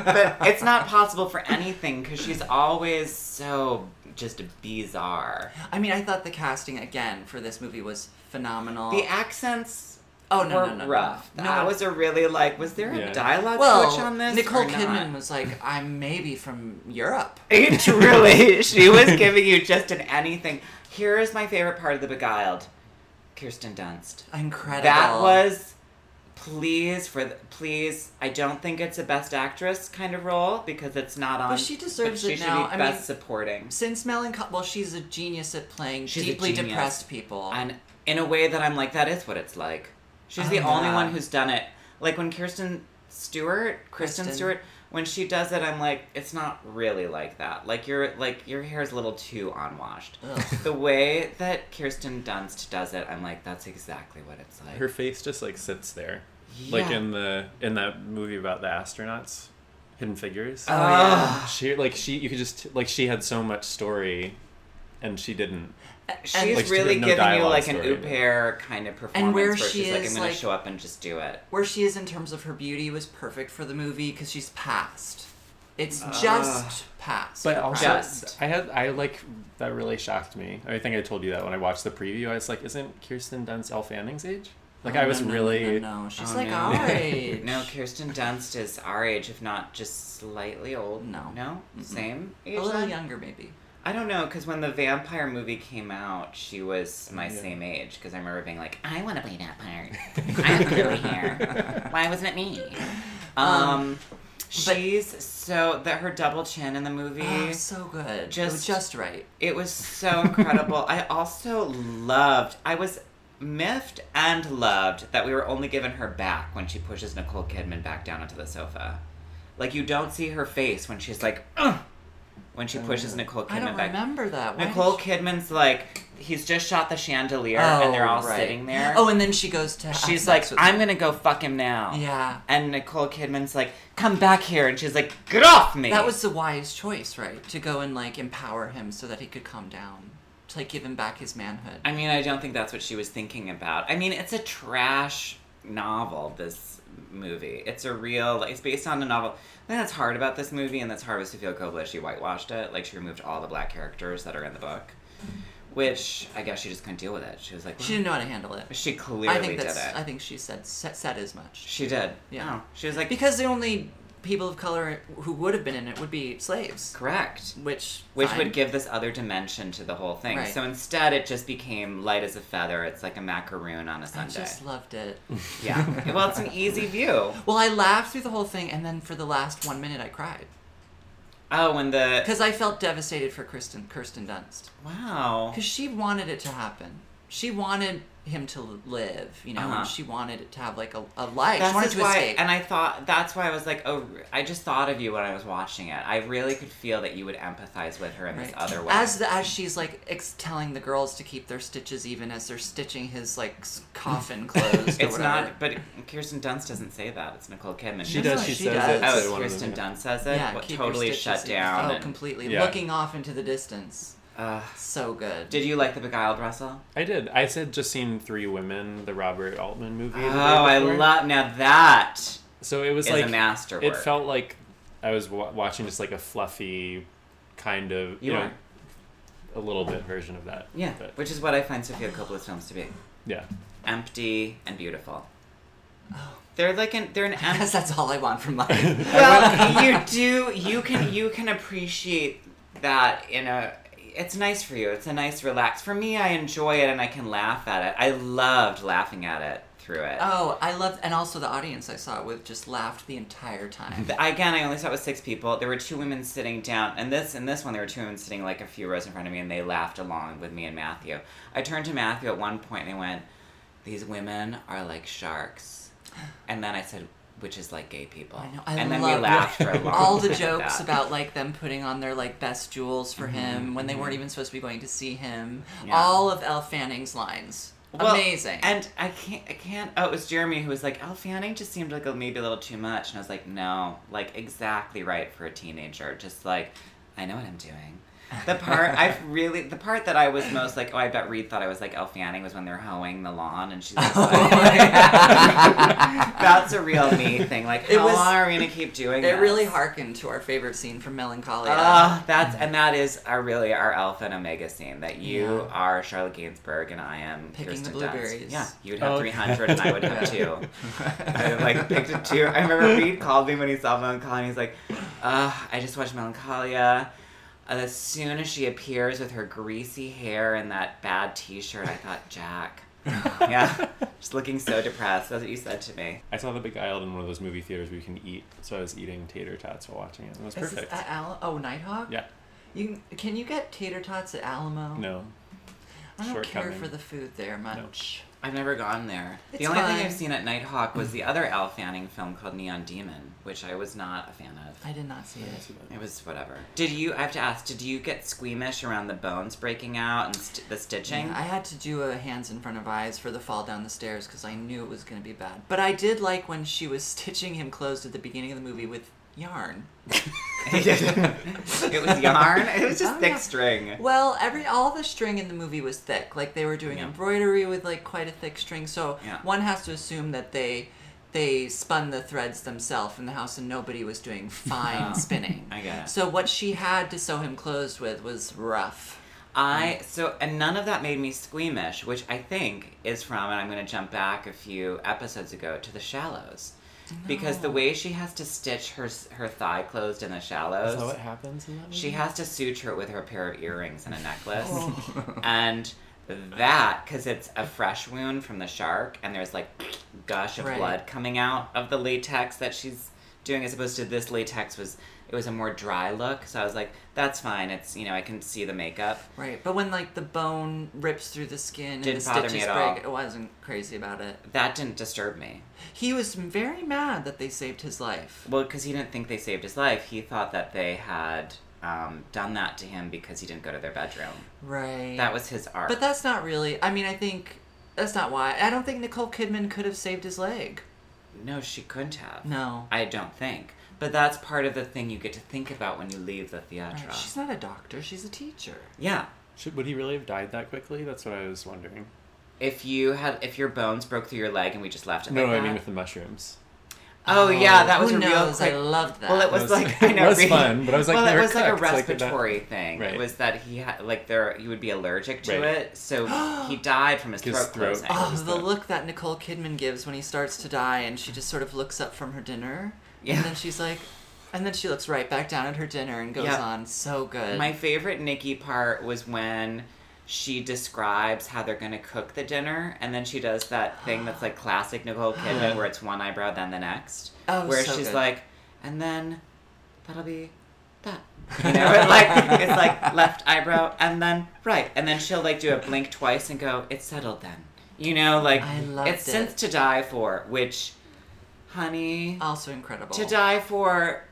A: but it's not possible for anything because she's always so just bizarre.
B: I mean, I thought the casting again for this movie was phenomenal.
A: The accents.
B: Oh, no,
A: were
B: no, no, no,
A: rough.
B: no.
A: That was a really like. Was there a
C: Yeah.
A: dialogue
B: well,
A: coach on this?
B: Nicole
A: or not?
B: Kidman was like, "I'm maybe from Europe."
A: It really, she was giving you just an anything. Here is my favorite part of the Beguiled, Kirsten Dunst.
B: Incredible.
A: That was, please for the, please. I don't think it's a best actress kind of role because it's not on.
B: she deserves
A: but she
B: it
A: should
B: now.
A: Be
B: I
A: best
B: mean-
A: supporting.
B: since Melancholy. Well, she's a genius at playing
A: She's a
B: deeply
A: genius.
B: depressed people.
A: and in a way that I'm like, that is what it's like. She's
B: Oh,
A: the only
B: yeah.
A: one who's done it. Like when Kirsten Stewart, Kristen,
B: Kristen.
A: Stewart, when she does it, I'm like, it's not really like that. Like your like your hair's a little too unwashed.
B: Ugh.
A: The way that Kirsten Dunst does it, I'm like, that's exactly what it's like.
C: Her face just like sits there. Like
A: Yeah.
C: in the in that movie about the astronauts, Hidden Figures.
B: Oh, yeah.
A: Ugh.
C: She like she you could just like she had so much story and she didn't.
A: She's
C: Like, she
A: really
C: had
A: giving
C: no
A: you
C: dialogue
A: like an
C: story.
A: au pair kind of performance
B: where
A: where
B: she
A: she's like,
B: is,
A: I'm gonna
B: like-
A: show up and just do it.
B: Where she is in terms of her beauty was perfect for the movie because she's past. It's just past.
C: But
B: her
C: also,
B: prime.
A: Just.
C: I had I like that really shocked me. I think I told you that when I watched the preview. I was like, "Isn't Kirsten Dunst Elle Fanning's age?" Like
B: Oh,
C: I
B: No,
C: was
B: no, no,
C: really.
B: No, no, no. she's
A: Oh,
B: like
A: no.
B: our age.
A: No, Kirsten Dunst is our age, if not just slightly old.
B: No.
A: No? Same age?
B: a little
A: then?
B: younger maybe.
A: I don't know, because when the vampire movie came out, she
B: Oh,
A: was my
C: Yeah.
A: same age, because I remember being like, I want to play that part. I have blue hair. Why wasn't it me? Um, she's so, that her double chin in the movie.
B: Oh, so good. it was
A: Just-
B: just right.
A: It was so incredible. I also loved, I was miffed and loved that we were only given her back when she pushes Nicole Kidman back down onto the sofa. Like, you don't see her face when she's like, "Ugh," when she pushes Nicole Kidman
B: Uh, I don't
A: back.
B: remember that. Why
A: Nicole
B: did she-
A: Kidman's like, he's just shot the chandelier and they're all
B: right.
A: sitting there.
B: Oh, and then she goes to.
A: she's like,
B: that's what-
A: I'm gonna go fuck him now.
B: Yeah.
A: And Nicole Kidman's like, come back here. And she's like, get off me.
B: That was the wise choice, right? To go and like empower him so that he could calm down, to like give him back his manhood.
A: I mean, I don't think that's what she was thinking about. I mean, it's a trash novel, this movie. It's a real, like, it's based on a novel. I think that's hard about this movie, and that's hard with Sophia Coppola. She whitewashed it. Like, she removed all the black characters that are in the book, which I guess she just couldn't deal with it. She was like,
B: She didn't know how to handle it.
A: she clearly
B: I think
A: did
B: that's.
A: it.
B: I think she said said, said as much.
A: She did.
B: Yeah.
A: Oh, she was like,
B: Because the only people of color who would have been in it would be slaves,
A: correct.
B: which
A: Which
B: fine.
A: would give this other dimension to the whole thing.
B: Right.
A: So instead, it just became light as a feather. It's like a macaroon on a
B: I
A: Sunday.
B: just loved it.
A: Yeah. well, it's an easy view.
B: Well, I laughed through the whole thing, and then for the last one minute, I cried
A: Oh, and the
B: because I felt devastated for Kristen Kirsten Dunst.
A: wow.
B: because she wanted it to happen. She wanted him to live, you know,
A: Uh-huh.
B: and she wanted it to have like a, a life.
A: That's
B: she wanted
A: just
B: to
A: why,
B: escape.
A: and I thought that's why I was like, oh, I just thought of you when I was watching it. I really could feel that you would empathize with her in this
B: Right.
A: other way.
B: As the, as she's like ex- telling the girls to keep their stitches even as they're stitching his like s- coffin closed. or
A: it's
B: whatever.
A: not, but Kirsten Dunst doesn't say that. It's Nicole Kidman.
C: She
B: That's
C: does.
B: what
C: She
B: she does.
C: says it.
A: Oh,
C: to
A: it's
C: one of the
A: Kirsten
C: women.
A: Dunst says it.
B: Yeah,
A: What,
B: keep your
A: totally
B: stitches
A: shut
B: even.
A: down.
B: Oh,
A: and-
B: completely
C: Yeah.
B: looking off into the distance.
A: Ugh.
B: So good.
A: did you like the Beguiled Russell?
C: I did. I said just seen Three Women, the Robert Altman movie. the
A: Oh,
C: day
A: I
C: before.
A: love now that
C: So it was
A: is
C: like
A: a masterwork.
C: It felt like I was wa watching just like a fluffy kind of you,
A: You
C: know
A: are.
C: a little bit version of that.
A: yeah,
C: But,
A: which is what I find Sofia Coppola's films to be.
C: yeah.
A: empty and beautiful. They're like an they're an empty.
B: Because that's all Oh. I want from life.
A: well, you do you can you can appreciate that in a. It's nice for you. It's a nice relax. For me, I enjoy it and I can laugh at it. I loved laughing at it through it.
B: oh, I loved, and also the audience I saw it with just laughed the entire time.
A: The- Again, I only saw it with six people. There were two women sitting down, and this and this one, there were two women sitting like a few rows in front of me, and they laughed along with me and Matthew. I turned to Matthew at one point, and I went, "These women are like sharks," and then I said, "Which is like gay people."
B: I know, I
A: and then we
B: love
A: laughed for a long
B: all the
A: time at
B: jokes
A: that.
B: about like them putting on their like best jewels for him when they weren't even supposed to be going to see him.
A: Yeah.
B: All of Elle Fanning's lines,
A: Well,
B: amazing.
A: And I can't, I can't. Oh, it was Jeremy who was like, "Oh, Fanning just seemed like a, maybe a little too much," and I was like, "No, like exactly right for a teenager. Just like, I know what I'm doing." The part I really, the part that I was most like, oh, I bet Reed thought I was like Elle Fanning was when they're hoeing the lawn, and she's just like, "Oh, that's a real me thing. Like,
B: It
A: how
B: was-
A: long are we gonna keep doing
B: it
A: this?
B: really harkened to our favorite scene from Melancholia.
A: Ah, that's and that is our really our alpha and omega scene that you
B: Yeah.
A: are Charlotte Gainsbourg and I am
B: Picking the
A: Kirsten Dunst.
B: blueberries.
A: Yeah, you would have
C: Oh.
A: three hundred and I would have
B: Yeah.
A: two. I like picked a two. I remember Reed called me when he saw Melancholia. and He's like, "Ugh, I just watched Melancholia." And as soon as she appears with her greasy hair and that bad T-shirt, I thought Jack. yeah, just looking so depressed. That's what you said to me.
C: I saw The Beguiled in one of those movie theaters where you can eat. So I was eating tater tots while watching it. It was
B: Is this
C: perfect.
B: at Al- oh, Nighthawk.
C: Yeah.
B: You can- can you get tater tots at Alamo?
C: No.
B: I don't care
C: shortcoming.
B: for the food there much.
A: I've never gone there.
B: It's
A: the only
B: fine.
A: thing I've seen at Nighthawk was the other Al Fanning film called Neon Demon, which I was not a fan of.
B: I did not see it.
A: It was whatever. Did you? I have to ask. Did you get squeamish around the bones breaking out and st- the stitching?
B: I had to do a hands in front of eyes for the fall down the stairs because I knew it was going to be bad. But I did like when she was stitching him closed at the beginning of the movie with yarn.
A: it was yarn. It was just
B: Oh,
A: thick
B: yeah.
A: string.
B: Well, every all the string in the movie was thick. Like they were doing
A: Yeah.
B: embroidery with like quite a thick string. So
A: Yeah.
B: one has to assume that they they spun the threads themselves in the house and nobody was doing fine
A: Oh,
B: spinning.
A: I get it.
B: So what she had to sew him clothes with was rough.
A: I so and none of that made me squeamish, which I think is from and I'm going to jump back a few episodes ago to the shallows. Because
B: Oh.
A: the way she has to stitch her s- her thigh closed in the shallows.
C: Is that what happens in that movie?
A: She has to suture it with her pair of earrings and a necklace.
B: Oh.
A: and that, because it's a fresh wound from the shark, and there's like gush of
B: Right.
A: blood coming out of the latex that she's doing, as opposed to this latex was, it was a more dry look. So I was like, that's fine. It's, you know, I can see the makeup.
B: Right. But when like the bone rips through the skin
A: Didn't
B: and the
A: bother me
B: stitches break,
A: at all.
B: it wasn't crazy about it.
A: That didn't disturb me.
B: He was very mad that they saved his life.
A: Well, because he didn't think they saved his life. He thought that they had um, done that to him because he didn't go to their bedroom.
B: Right.
A: That was his arc.
B: But that's not really. I mean, I think that's not why. I don't think Nicole Kidman could have saved his leg.
A: No, she couldn't have.
B: No.
A: I don't think. But that's part of the thing you get to think about when you leave the theatre.
B: Right, She's not a doctor. She's a teacher.
A: Yeah.
C: Should, would he really have died that quickly? That's what I was wondering.
A: If you had, if your bones broke through your leg and we just left it
C: No,
A: like
C: I mean
A: that-
C: with the mushrooms.
A: Oh, yeah, that was
B: who
A: a real
B: knows?
A: quick-
B: I loved that.
A: Well, it was,
C: was-
A: like I know
C: it was
A: really-
C: fun, but I was like,
A: well,
C: they
A: it
C: were
A: was like a
C: cooked, like that-
A: respiratory thing. It
C: Right.
A: was that he had like there he would be allergic to
C: Right.
A: it, so he died from his,
C: His
A: throat,
C: throat.
A: closing.
B: Oh,
C: was
B: the
C: that?
B: look that Nicole Kidman gives when he starts to die, and she just sort of looks up from her dinner,
A: Yeah.
B: and then she's like, and then she looks right back down at her dinner and goes
A: Yeah.
B: on. So good.
A: My favorite Nikki part was when she describes how they're going to cook the dinner, and then she does that thing that's like classic Nicole Kidman,
C: Yeah.
A: where it's one eyebrow then the next,
B: Oh,
A: where
B: so
A: she's
B: good.
A: like, and then that'll be that. You know, it's like it's like left eyebrow and then right, and then she'll like do a blink twice and go, "It's settled then." You know, like
B: I loved
A: it's since
B: it.
A: to die for, which, honey,
B: also incredible.
A: to die for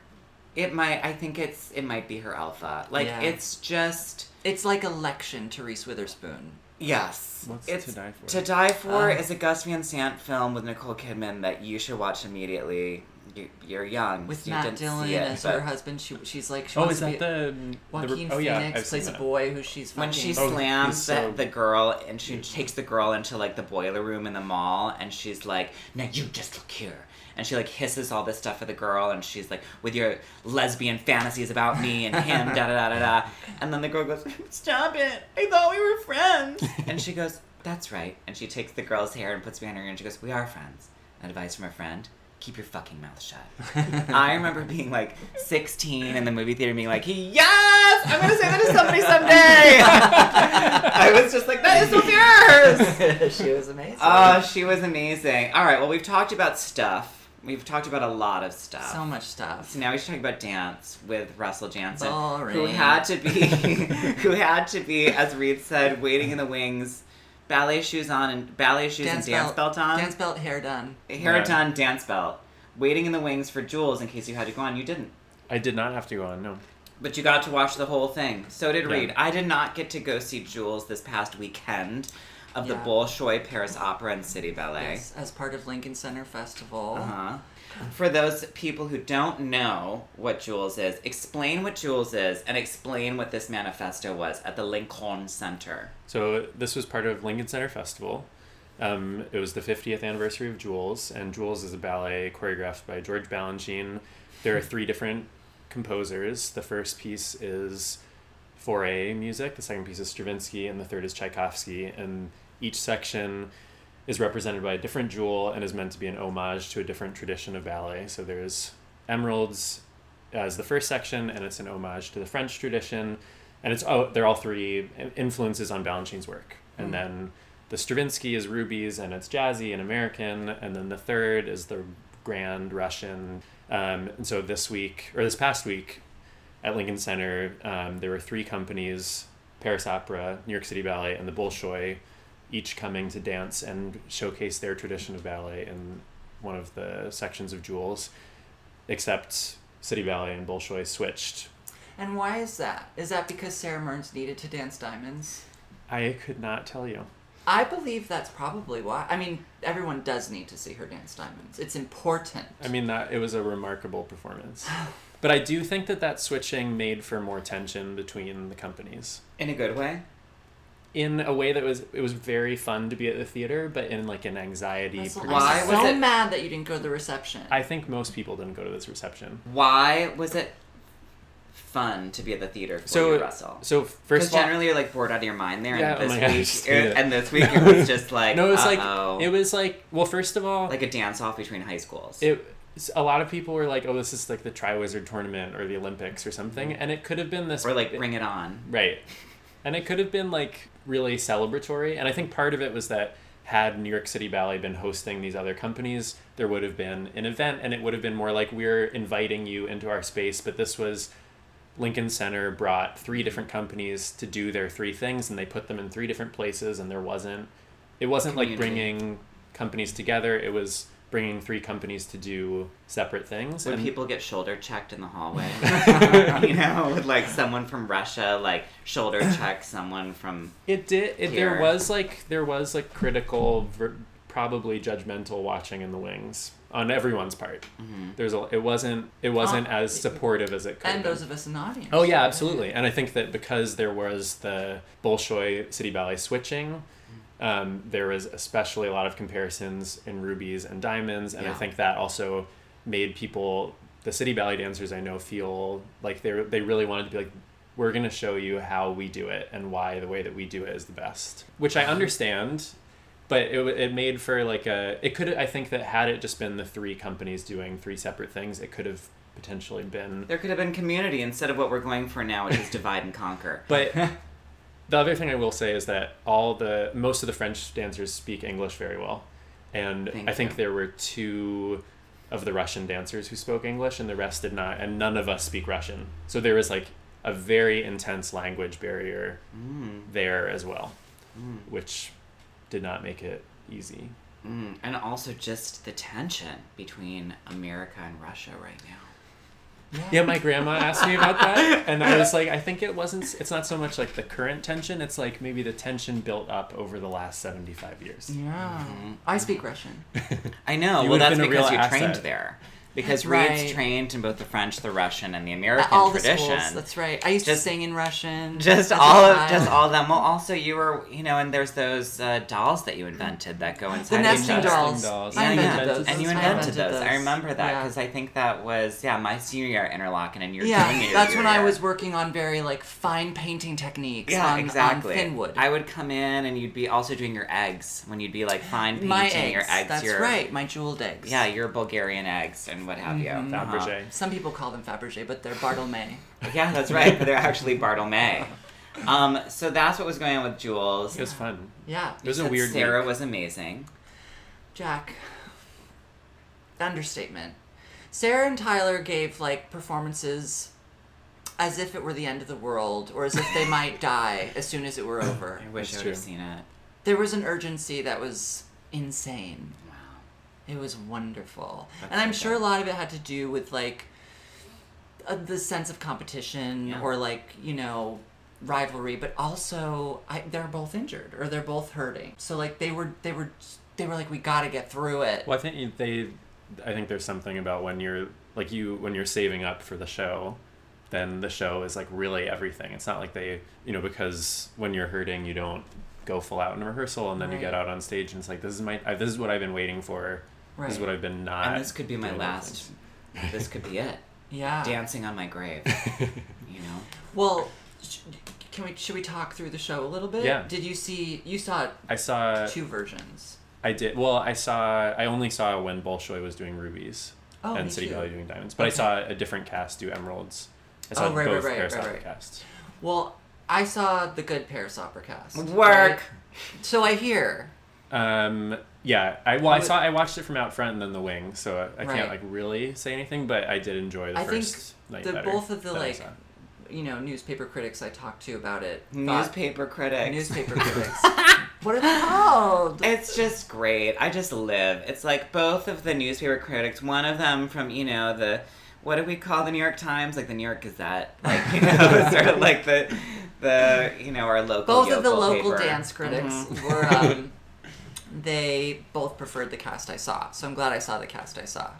A: it might i think it's it might be her alpha like
B: Yeah.
A: it's just
B: It's like election to Reese Witherspoon.
A: yes
C: What's
A: it's
C: To Die For?
A: to die for
B: Oh.
A: is a gus van sant film with nicole kidman that you should watch immediately you, you're young
B: With
A: you
B: Matt
A: didn't see
B: Dillon
A: it,
B: as
A: but
B: her husband, she, she's like, she
C: Oh,
B: wants
C: is
B: to be,
C: that the the
B: Joaquin
C: oh
B: Phoenix
C: yeah, I've seen
B: plays a
C: that.
B: boy who she's
A: when
B: fucking-
A: she
C: Oh,
A: slams
C: he's so-
A: the, the girl and she takes the girl into like the boiler room in the mall and she's like now you just look here and she like hisses all this stuff at the girl and she's like with your lesbian fantasies about me and him da da da da da and then the girl goes stop it i thought we were friends and she goes that's right and she takes the girl's hair and puts it behind her ear and she goes we are friends and advice from a friend keep your fucking mouth shut i remember being like 16 in the movie theater being like yes i'm gonna say that to somebody someday I was just like, that is so fierce.
B: she was amazing.
A: Oh, she was amazing. All right, well, we've talked about stuff. We've talked about a lot of stuff.
B: so much stuff.
A: so now we should talk about dance with Russell Jansen, who
B: Boring.
A: had to be, who had to be, as Reed said, waiting in the wings, ballet shoes on and ballet shoes and dance belt, on,
B: Dance belt, hair done.
A: hair
C: Yeah.
A: done, dance belt, waiting in the wings for Jules in case you had to go on. You didn't,
C: I did not have to go on. No,
A: but you got to watch the whole thing. So did
C: Yeah.
A: Reed. I did not get to go see Jules this past weekend of the
B: Yeah.
A: Bolshoi Paris Opera and City Ballet.
B: Yes, Oh. as part of Lincoln Center Festival.
A: Uh-huh. For those people who don't know what Jules is, explain what Jules is and explain what this manifesto was at the Lincoln Center.
C: So this was part of Lincoln Center Festival. Um, it was the 50th anniversary of Jules, and Jules is a ballet choreographed by George Balanchine. There are three different composers. The first piece is foray music, the second piece is Stravinsky, and the third is Tchaikovsky. And each section is represented by a different jewel and is meant to be an homage to a different tradition of ballet. So there's emeralds as the first section, and it's an homage to the French tradition, and it's oh, they're all three in- influences on Balanchine's work. And then the Stravinsky is rubies, and it's jazzy and American, and then the third is the grand Russian. Um, and so this week or this past week at Lincoln Center, um, there were three companies: Paris Opera, New York City Ballet, and the Bolshoi, each coming to dance and showcase their tradition of ballet in one of the sections of Jules. Except City Ballet and Bolshoi switched.
B: And why is that? Is that because Sarah Mearns needed to dance diamonds?
C: I could not tell you.
B: I believe that's probably why. I mean, everyone does need to see her dance diamonds. It's important.
C: I mean, that it was a remarkable performance. But I do think that that switching made for more tension between the companies
A: in a good way.
C: in a way that was it was very fun to be at the theater, but in like an anxiety.
B: Russell,
C: producing-
A: Why
B: I'm
A: was
B: so
A: it-
B: mad that you didn't go to the reception.
C: I think most people didn't go to this reception.
A: Why was it fun to be at the theater for
C: So
A: you, Russell?
C: So first
A: Because
C: of all,
A: generally you're like bored out of your mind there,
C: Yeah, oh
A: and
C: my
A: this
C: God, I just
A: week,
C: hate
A: it-
C: it.
A: and this week it was just like
C: no, it was
A: uh-oh.
C: like it was like well, first of all,
A: like a dance off between high schools.
C: it a lot of people were like, oh, this is like the Triwizard tournament or the Olympics or something, and it could have been this
A: Mm-hmm. or like Bring It On.
C: Right. And it could have been like really celebratory. And I think part of it was that had New York City Ballet been hosting these other companies, there would have been an event and it would have been more like we're inviting you into our space. But this was Lincoln Center brought three different companies to do their three things and they put them in three different places. And there wasn't, it wasn't like
A: Community.
C: bringing companies together, it was bringing three companies to do separate things.
A: When
C: and
A: people get shoulder checked in the hallway, you know, with like someone from Russia, like shoulder check someone from
C: It did. It, there
A: here.
C: was like there was like critical, ver- probably judgmental watching in the wings on everyone's part. There's a. It wasn't. It wasn't
B: Oh.
C: as supportive as it
B: Mm-hmm.
C: could.
B: and
C: have been.
B: those of us in the audience.
C: Oh yeah, absolutely. And I think that because there was the Bolshoi City Ballet switching, um, there was especially a lot of comparisons in rubies and diamonds, and I
A: Yeah.
C: think that also made people, the city ballet dancers I know, feel like they they really wanted to be like, we're gonna show you how we do it and why the way that we do it is the best, which I understand. But it, w- it made for like a it could I think that had it just been the three companies doing three separate things it could have potentially been
A: there could have been community instead of what we're going for now, which is divide and conquer.
C: But the other thing I will say is that all the most of the French dancers speak English very well, and
A: Thank
C: I think
A: you.
C: there were two of the Russian dancers who spoke English, and the rest did not, and none of us speak Russian. So there was like a very intense language barrier
A: Mm,
C: there as well,
A: mm,
C: which did not make it easy.
A: mm. And also just the tension between America and Russia right now.
C: Yeah, my grandma asked me about that, and I was like, I think it wasn't. It's not so much like the current tension; it's like maybe the tension built up over the last seventy-five years.
B: Yeah. I speak Russian.
A: I know. well,
C: You would've
A: that's
C: been a
A: because
C: real
A: you
C: asset.
A: trained there. Because
B: Right.
A: Reed's trained in both the French, the Russian, and the American
B: At all the
A: tradition.
B: schools. That's right. I used
A: Just-
B: to sing in Russian. as
A: just
B: a
A: all of
B: child.
A: just all of them. Well, also you were you know, and there's those uh, dolls that you invented that go inside
B: the
A: each
B: nesting
A: other.
B: dolls.
C: dolls.
B: I
A: Yeah,
B: invented
A: yeah.
B: those.
A: and you
B: I
A: invented those. I remember that
B: Yeah.
A: because I think that was yeah my senior year at Interlochen, and you're doing
B: Yeah,
A: it.
B: that's when I was working on very like fine painting techniques
A: Yeah,
B: on,
A: exactly.
B: on thin wood.
A: I would come in, and you'd be also doing your eggs when you'd be like fine painting
B: my eggs.
A: your eggs.
B: that's
A: your,
B: right, my jeweled eggs.
A: Yeah, your Bulgarian eggs and what have
B: Mm-hmm.
A: you. Uh-huh.
C: Fabergé.
B: Some people call them Fabergé, but they're Bartolome.
A: Yeah, that's right. But they're actually Bartolome. Um, so that's what was going on with Jules.
C: It was fun.
B: Yeah,
C: It was a
A: Said
C: weird
A: Sarah
C: week.
A: was amazing.
B: Jack. Understatement. Sarah and Tyler gave like performances as if it were the end of the world or as if they might die as soon as it were over.
A: I wish I
C: That's
A: would have
C: true.
A: seen it.
B: There was an urgency that was insane.
A: Wow.
B: It was wonderful.
A: That's
B: and I'm
A: so
B: sure a
A: good.
B: lot of it had to do with like uh, the sense of competition
A: Yeah.
B: or like, you know, rivalry, but also I, they're both injured or they're both hurting. So like they were they were they were like we got to get through it.
C: Well, I think you- they, I think there's something about when you're like you when you're saving up for the show, then the show is like really everything. It's not like they, you know, because when you're hurting, you don't go full out in rehearsal, and then you get
B: Right.
C: out on stage, and it's like this is my I, this is what I've been waiting for. This is
B: Right.
C: what I've been not.
A: And this could be my
C: doing
A: last. This could be it.
B: Yeah.
A: Dancing on my grave. You know.
B: Well, sh- can we should we talk through the show a little bit?
C: Yeah. Uh,
B: Did you see you saw
C: I saw.
B: two versions?
C: I did. Well, I saw. I only saw when Bolshoi was doing rubies
B: Oh,
C: and
B: me
C: City
B: too.
C: Valley doing diamonds, but I
B: Okay.
C: saw a different cast do emeralds. I saw
B: Oh, right, right,
C: both
B: right, right,
C: Aristotle
B: right.
C: casts.
B: Well, I saw the good Paris Opera cast.
A: Work.
B: right? So I hear.
C: Um, yeah, I well, I
B: Would-
C: saw I watched it from out front and then the wing, so I, I
B: Right.
C: can't like really say anything, but I did enjoy the
B: I think
C: first night
B: the
C: better
B: both of the
C: than I
B: like,
C: saw.
B: you know, newspaper critics I talked to about it. thought-
A: Newspaper critics.
B: Newspaper critics. what are they called?
A: It's just great. I just live. It's like both of the newspaper critics, one of them from, you know, the what do we call the New York Times? Like the New York Gazette. Like, you know, sort of like the the you know, our local
B: both of the
A: yokel
B: local
A: paper.
B: dance critics
A: Mhm.
C: Mm-hmm.
B: were. Um, they both preferred the cast I saw, so I'm glad I saw the cast I saw,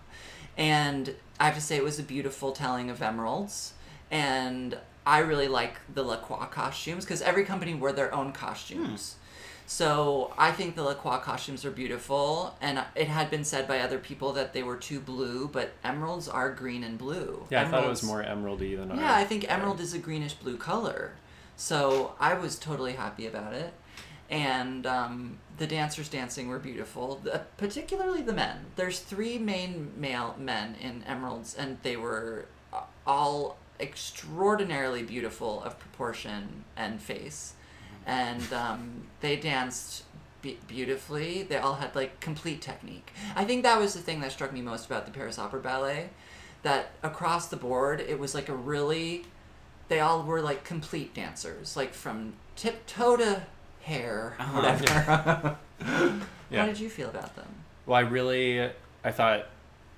B: And I have to say, it was a beautiful telling of Emeralds. And I really like the Lacroix costumes because every company wore their own costumes.
C: Hmm.
B: So I think the Lacroix costumes are beautiful. And it had been said by other people that they were too blue, but emeralds are green and blue.
C: Yeah, I thought it
B: Emeralds-
C: was more emeraldy than
B: yeah, I
C: ours.
B: think emerald is a greenish blue color. So I was totally happy about it. And um, the dancers dancing were beautiful, the, particularly the men. There's three main male men in emeralds, and they were uh, all extraordinarily beautiful of proportion and face. And um, they danced be- beautifully. They all had like complete technique. I think that was the thing that struck me most about the Paris Opera Ballet that across the board it was like a really they all were like complete dancers like from tiptoe to hair
A: Uh-huh.
B: whatever
C: Yeah.
B: how did you feel about them
C: Well, I really, I thought,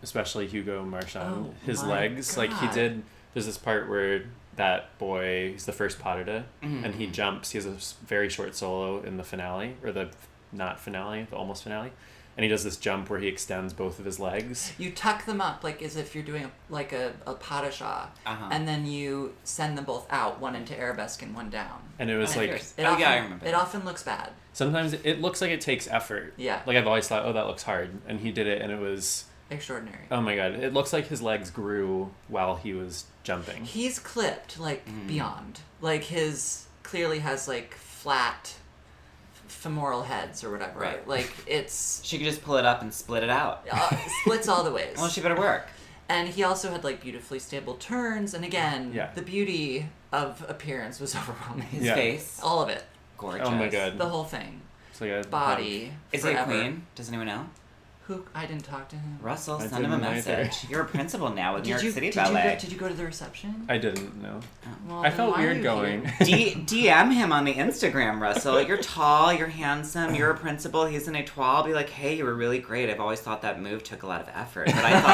C: especially Hugo Marchand,
B: Oh,
C: his
B: my
C: legs, like he
B: God.
C: did. There's this part where that boy, he's the first pas de deux, and
B: Mm.
C: he jumps. He has a s- very short solo in the finale, or the not finale, the almost finale, and he does this jump where he extends both of his legs.
B: you tuck them up like as if you're doing like a, a pas de chat
A: Uh-huh.
B: and then you send them both out one into arabesque and one down
C: And it was
A: Oh,
C: like
A: here's- Oh,
B: often,
A: yeah, I remember
B: it
A: that.
B: often looks bad
C: sometimes it looks like it takes effort.
B: Yeah.
C: Like I've always thought, oh, that looks hard, and he did it, and it was,
B: extraordinary
C: oh my god, it looks like his legs grew while he was jumping.
B: he's clipped like beyond like his clearly has like flat f- femoral heads or whatever
A: Right.
B: like it's
A: She could just pull it up and split it out.
B: uh, splits all the ways.
A: Well, she better work.
B: and he also had like beautifully stable turns, and again,
C: Yeah.
B: the beauty of appearance was overwhelming.
A: His
C: Yeah.
A: face,
B: All of it,
A: gorgeous.
C: Oh my god,
B: the whole thing,
C: It's like a
B: body.
A: Is he a
B: forever.
A: queen? Does anyone know?
B: Who I didn't talk to him.
A: Russell,
C: I
A: send him a
C: didn't either.
A: message. You're a principal now with New York
B: Did you,
A: City
B: did, you
A: Ballet.
B: go, did you go to the reception?
C: I didn't know.
B: Well,
C: I
B: then
C: felt
B: why are
C: weird
B: you
C: going.
B: here?
A: D- DM him on the Instagram, Russell. You're tall, you're handsome, you're a principal, he's an étoile. Be like, hey, you were really great. I've always thought that move took a lot of effort, but I thought,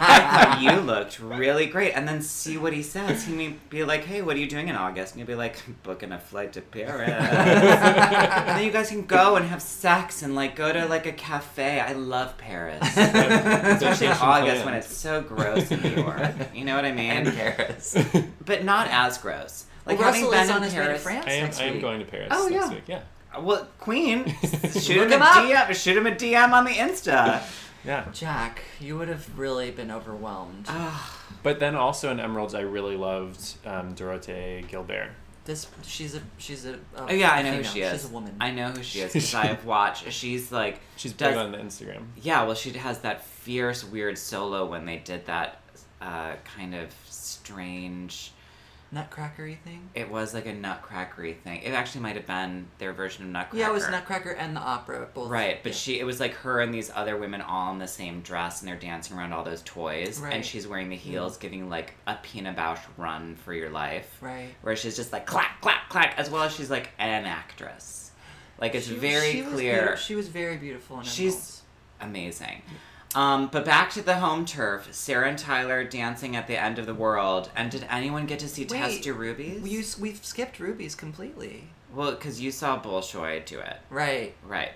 A: I thought you looked really great. And then see what he says. He may be like, hey, what are you doing in August? And you'll be like, I'm booking a flight to Paris. and then you guys can go and have sex and like go to like a cafe. I love Paris. Especially in
C: Vacation
A: August when
C: plans.
A: it's so gross in New York. You know what I mean?
B: And Paris.
A: but not as gross. Like
B: Well,
A: having
B: Russell
A: been
B: is
A: in
B: on his way to
A: Paris-
B: France
C: I am,
B: next
C: I am
B: week.
C: going to Paris
A: Oh,
C: next
A: yeah.
C: week. Yeah.
A: Well, Queen, shoot
B: Look
A: him,
B: him
A: a
B: up.
A: DM. Shoot him a DM on the Insta.
C: Yeah.
B: Jack, you would have really been overwhelmed.
A: Oh,
C: But then also in Emeralds, I really loved um, Dorothée Gilbert.
B: this she's a she's a
A: Oh, yeah, I know who
B: female.
A: she is.
B: She's a woman.
A: I know who she is because I've watched. She's like
C: She's big
A: does-
C: on the Instagram.
A: Yeah, well, she has that fierce, weird solo when they did that uh, kind of strange.
B: Nutcrackery thing.
A: It was like a nutcrackery thing. It actually might have been their version of Nutcracker.
B: Yeah, it was Nutcracker and the opera both.
A: Right, but
B: yeah.
A: she it was like her and these other women all in the same dress and they're dancing around all those toys and
B: Right. Mm-hmm.
A: she's wearing the heels giving like a Pina Bausch run for your life.
B: Right.
A: Where she's just like clack clack clack as well as she's like an actress. Like it's
B: She-
A: very
B: she was
A: clear.
B: beauti- she was very beautiful. In
A: She's-
B: Emeralds.
A: Amazing. Um, but back to the home turf, Sarah and Tyler dancing at the end of the world. And did anyone get to see
B: Wait,
A: Tess do Rubies?
B: We s- we've skipped rubies completely.
A: well, because you saw Bolshoi do it.
B: Right.
A: Right.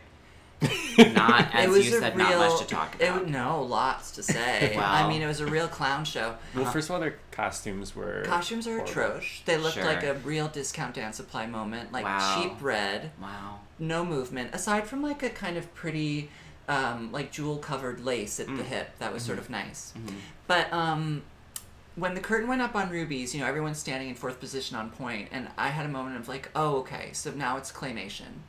A: Not as
B: it was
A: you
B: a
A: said,
B: real.
A: not much to talk
B: it
A: about.
B: w- no, lots to say.
A: Wow.
B: I mean, it was a real clown show.
C: Well, first of all, their costumes were.
B: Costumes are
C: horrible.
B: atroche. They looked
A: Sure.
B: like a real discount dance supply moment, like
A: Wow.
B: cheap red,
A: wow.
B: no movement, aside from like a kind of pretty, um, like jewel covered lace at the hip. That was sort of nice. But um, when the curtain went up on rubies, you know, everyone's standing in fourth position on point, and I had a moment of like, oh, okay, so now it's claymation.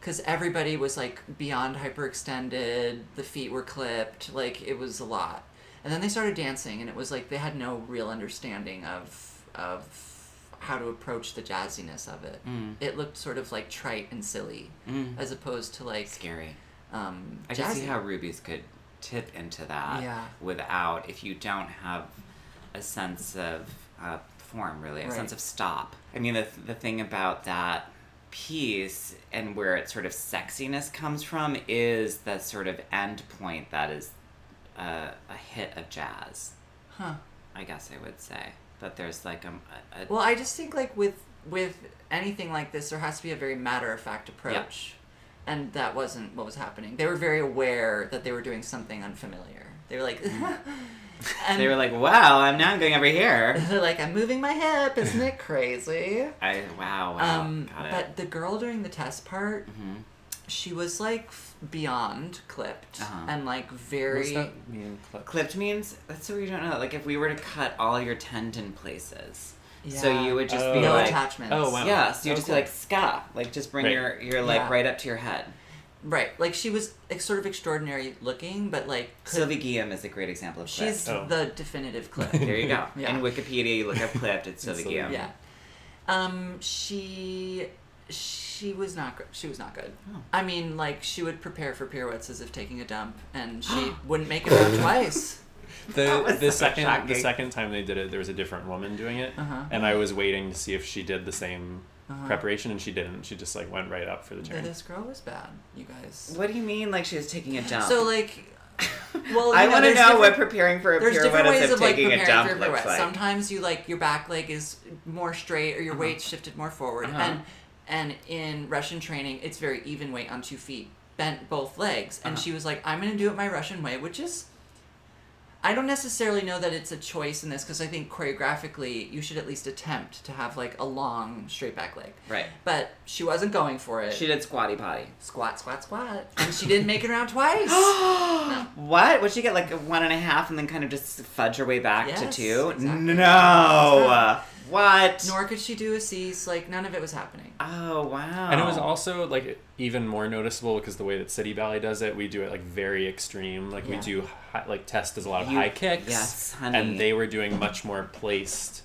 B: Because everybody was like beyond hyperextended, the feet were clipped, like it was a lot. And then they started dancing, and it was like they had no real understanding of of how to approach the jazziness of it. It looked sort of like trite and silly,
A: Mm.
B: as opposed to like
A: Scary.
B: um,
A: I can see
B: jazzy.
A: how rubies could tip into that
B: Yeah.
A: without if you don't have a sense of uh, form really a
B: Right.
A: sense of stop i mean the, the thing about that piece and where its sort of sexiness comes from is the sort of end point that is uh, a hit of jazz
B: Huh.
A: i guess i would say that there's like a, a, a
B: Well, I just think like with with anything like this, there has to be a very matter of fact approach, and that wasn't what was happening. They were very aware that they were doing something unfamiliar. They were like,
A: Mm-hmm. They
B: and
A: were like, wow, I'm now going over here.
B: they're like, I'm moving my hip. Isn't it crazy?
A: I wow, wow,
B: Um,
A: got it.
B: but the girl during the test part,
A: Mhm.
B: she was like f- beyond clipped
A: Uh-huh.
B: and like
C: What does
B: very.
C: that mean? Cla-
A: Clipped means that's so you don't know. Like if we were to cut all your tendon places, so
B: Yeah.
A: you would just
C: Oh.
A: be
B: no
A: like,
B: attachments.
C: Oh, wow.
A: yeah, so you
C: Oh,
A: just
C: cool.
A: be like ska, like just bring
C: Right.
A: your your like
B: Yeah.
A: right up to your head.
B: Right, like she was ex- sort of extraordinary looking, but like could,
A: Sylvie Guillaume is a great example of clipped.
B: she's
C: Oh.
B: the definitive clip.
A: there you go.
B: Yeah.
A: In Wikipedia, you look up clipped. It's Sylvie
C: Sylvie
A: Guillaume.
B: yeah. Um, she she was not good. She was not good.
A: Oh.
B: I mean, like she would prepare for pirouettes as if taking a dump, and she wouldn't make it out twice.
A: That
C: The,
A: was
C: the
A: so
C: second
A: shocking.
C: the second time they did it, there was a different woman doing it,
B: Uh-huh.
C: and I was waiting to see if she did the same
B: Uh-huh.
C: preparation, and she didn't. She just like went right up for the turn.
B: This girl was bad, you guys.
A: What do you mean? Like she was taking a dump?
B: So like, well,
A: I
B: you
A: want to
B: there's
A: know what
B: different-
A: preparing for a
B: there's
A: pirouette
B: different
A: as
B: ways
A: if
B: of like
A: taking
B: preparing
A: a dump
B: for a
A: looks
B: pirouette.
A: like.
B: Sometimes you like your back leg is more straight or your weight shifted more forward,
A: Uh-huh.
B: and and in Russian training, it's very even weight on two feet, bent both legs. And
A: Uh-huh.
B: she was like, "I'm going to do it my Russian way," which is. I don't necessarily know that it's a choice in this because I think choreographically you should at least attempt to have like a long straight back leg.
A: Right.
B: But she wasn't going for it.
A: She did squatty potty.
B: squat, squat, squat, and she didn't make it around twice.
A: What? Would she get like a one and a half and then kind of just fudge her way back to
B: Yes,
A: two?
B: exactly.
A: No. What?
B: Nor could she do a cease. Like none of it was happening.
A: oh wow.
C: And it was also like even more noticeable because the way that City Ballet does it, we do it like very extreme. Like
B: Yeah.
C: we do high, like test does a lot of
A: You-
C: high kicks,
A: yes, honey.
C: and they were doing much more placed,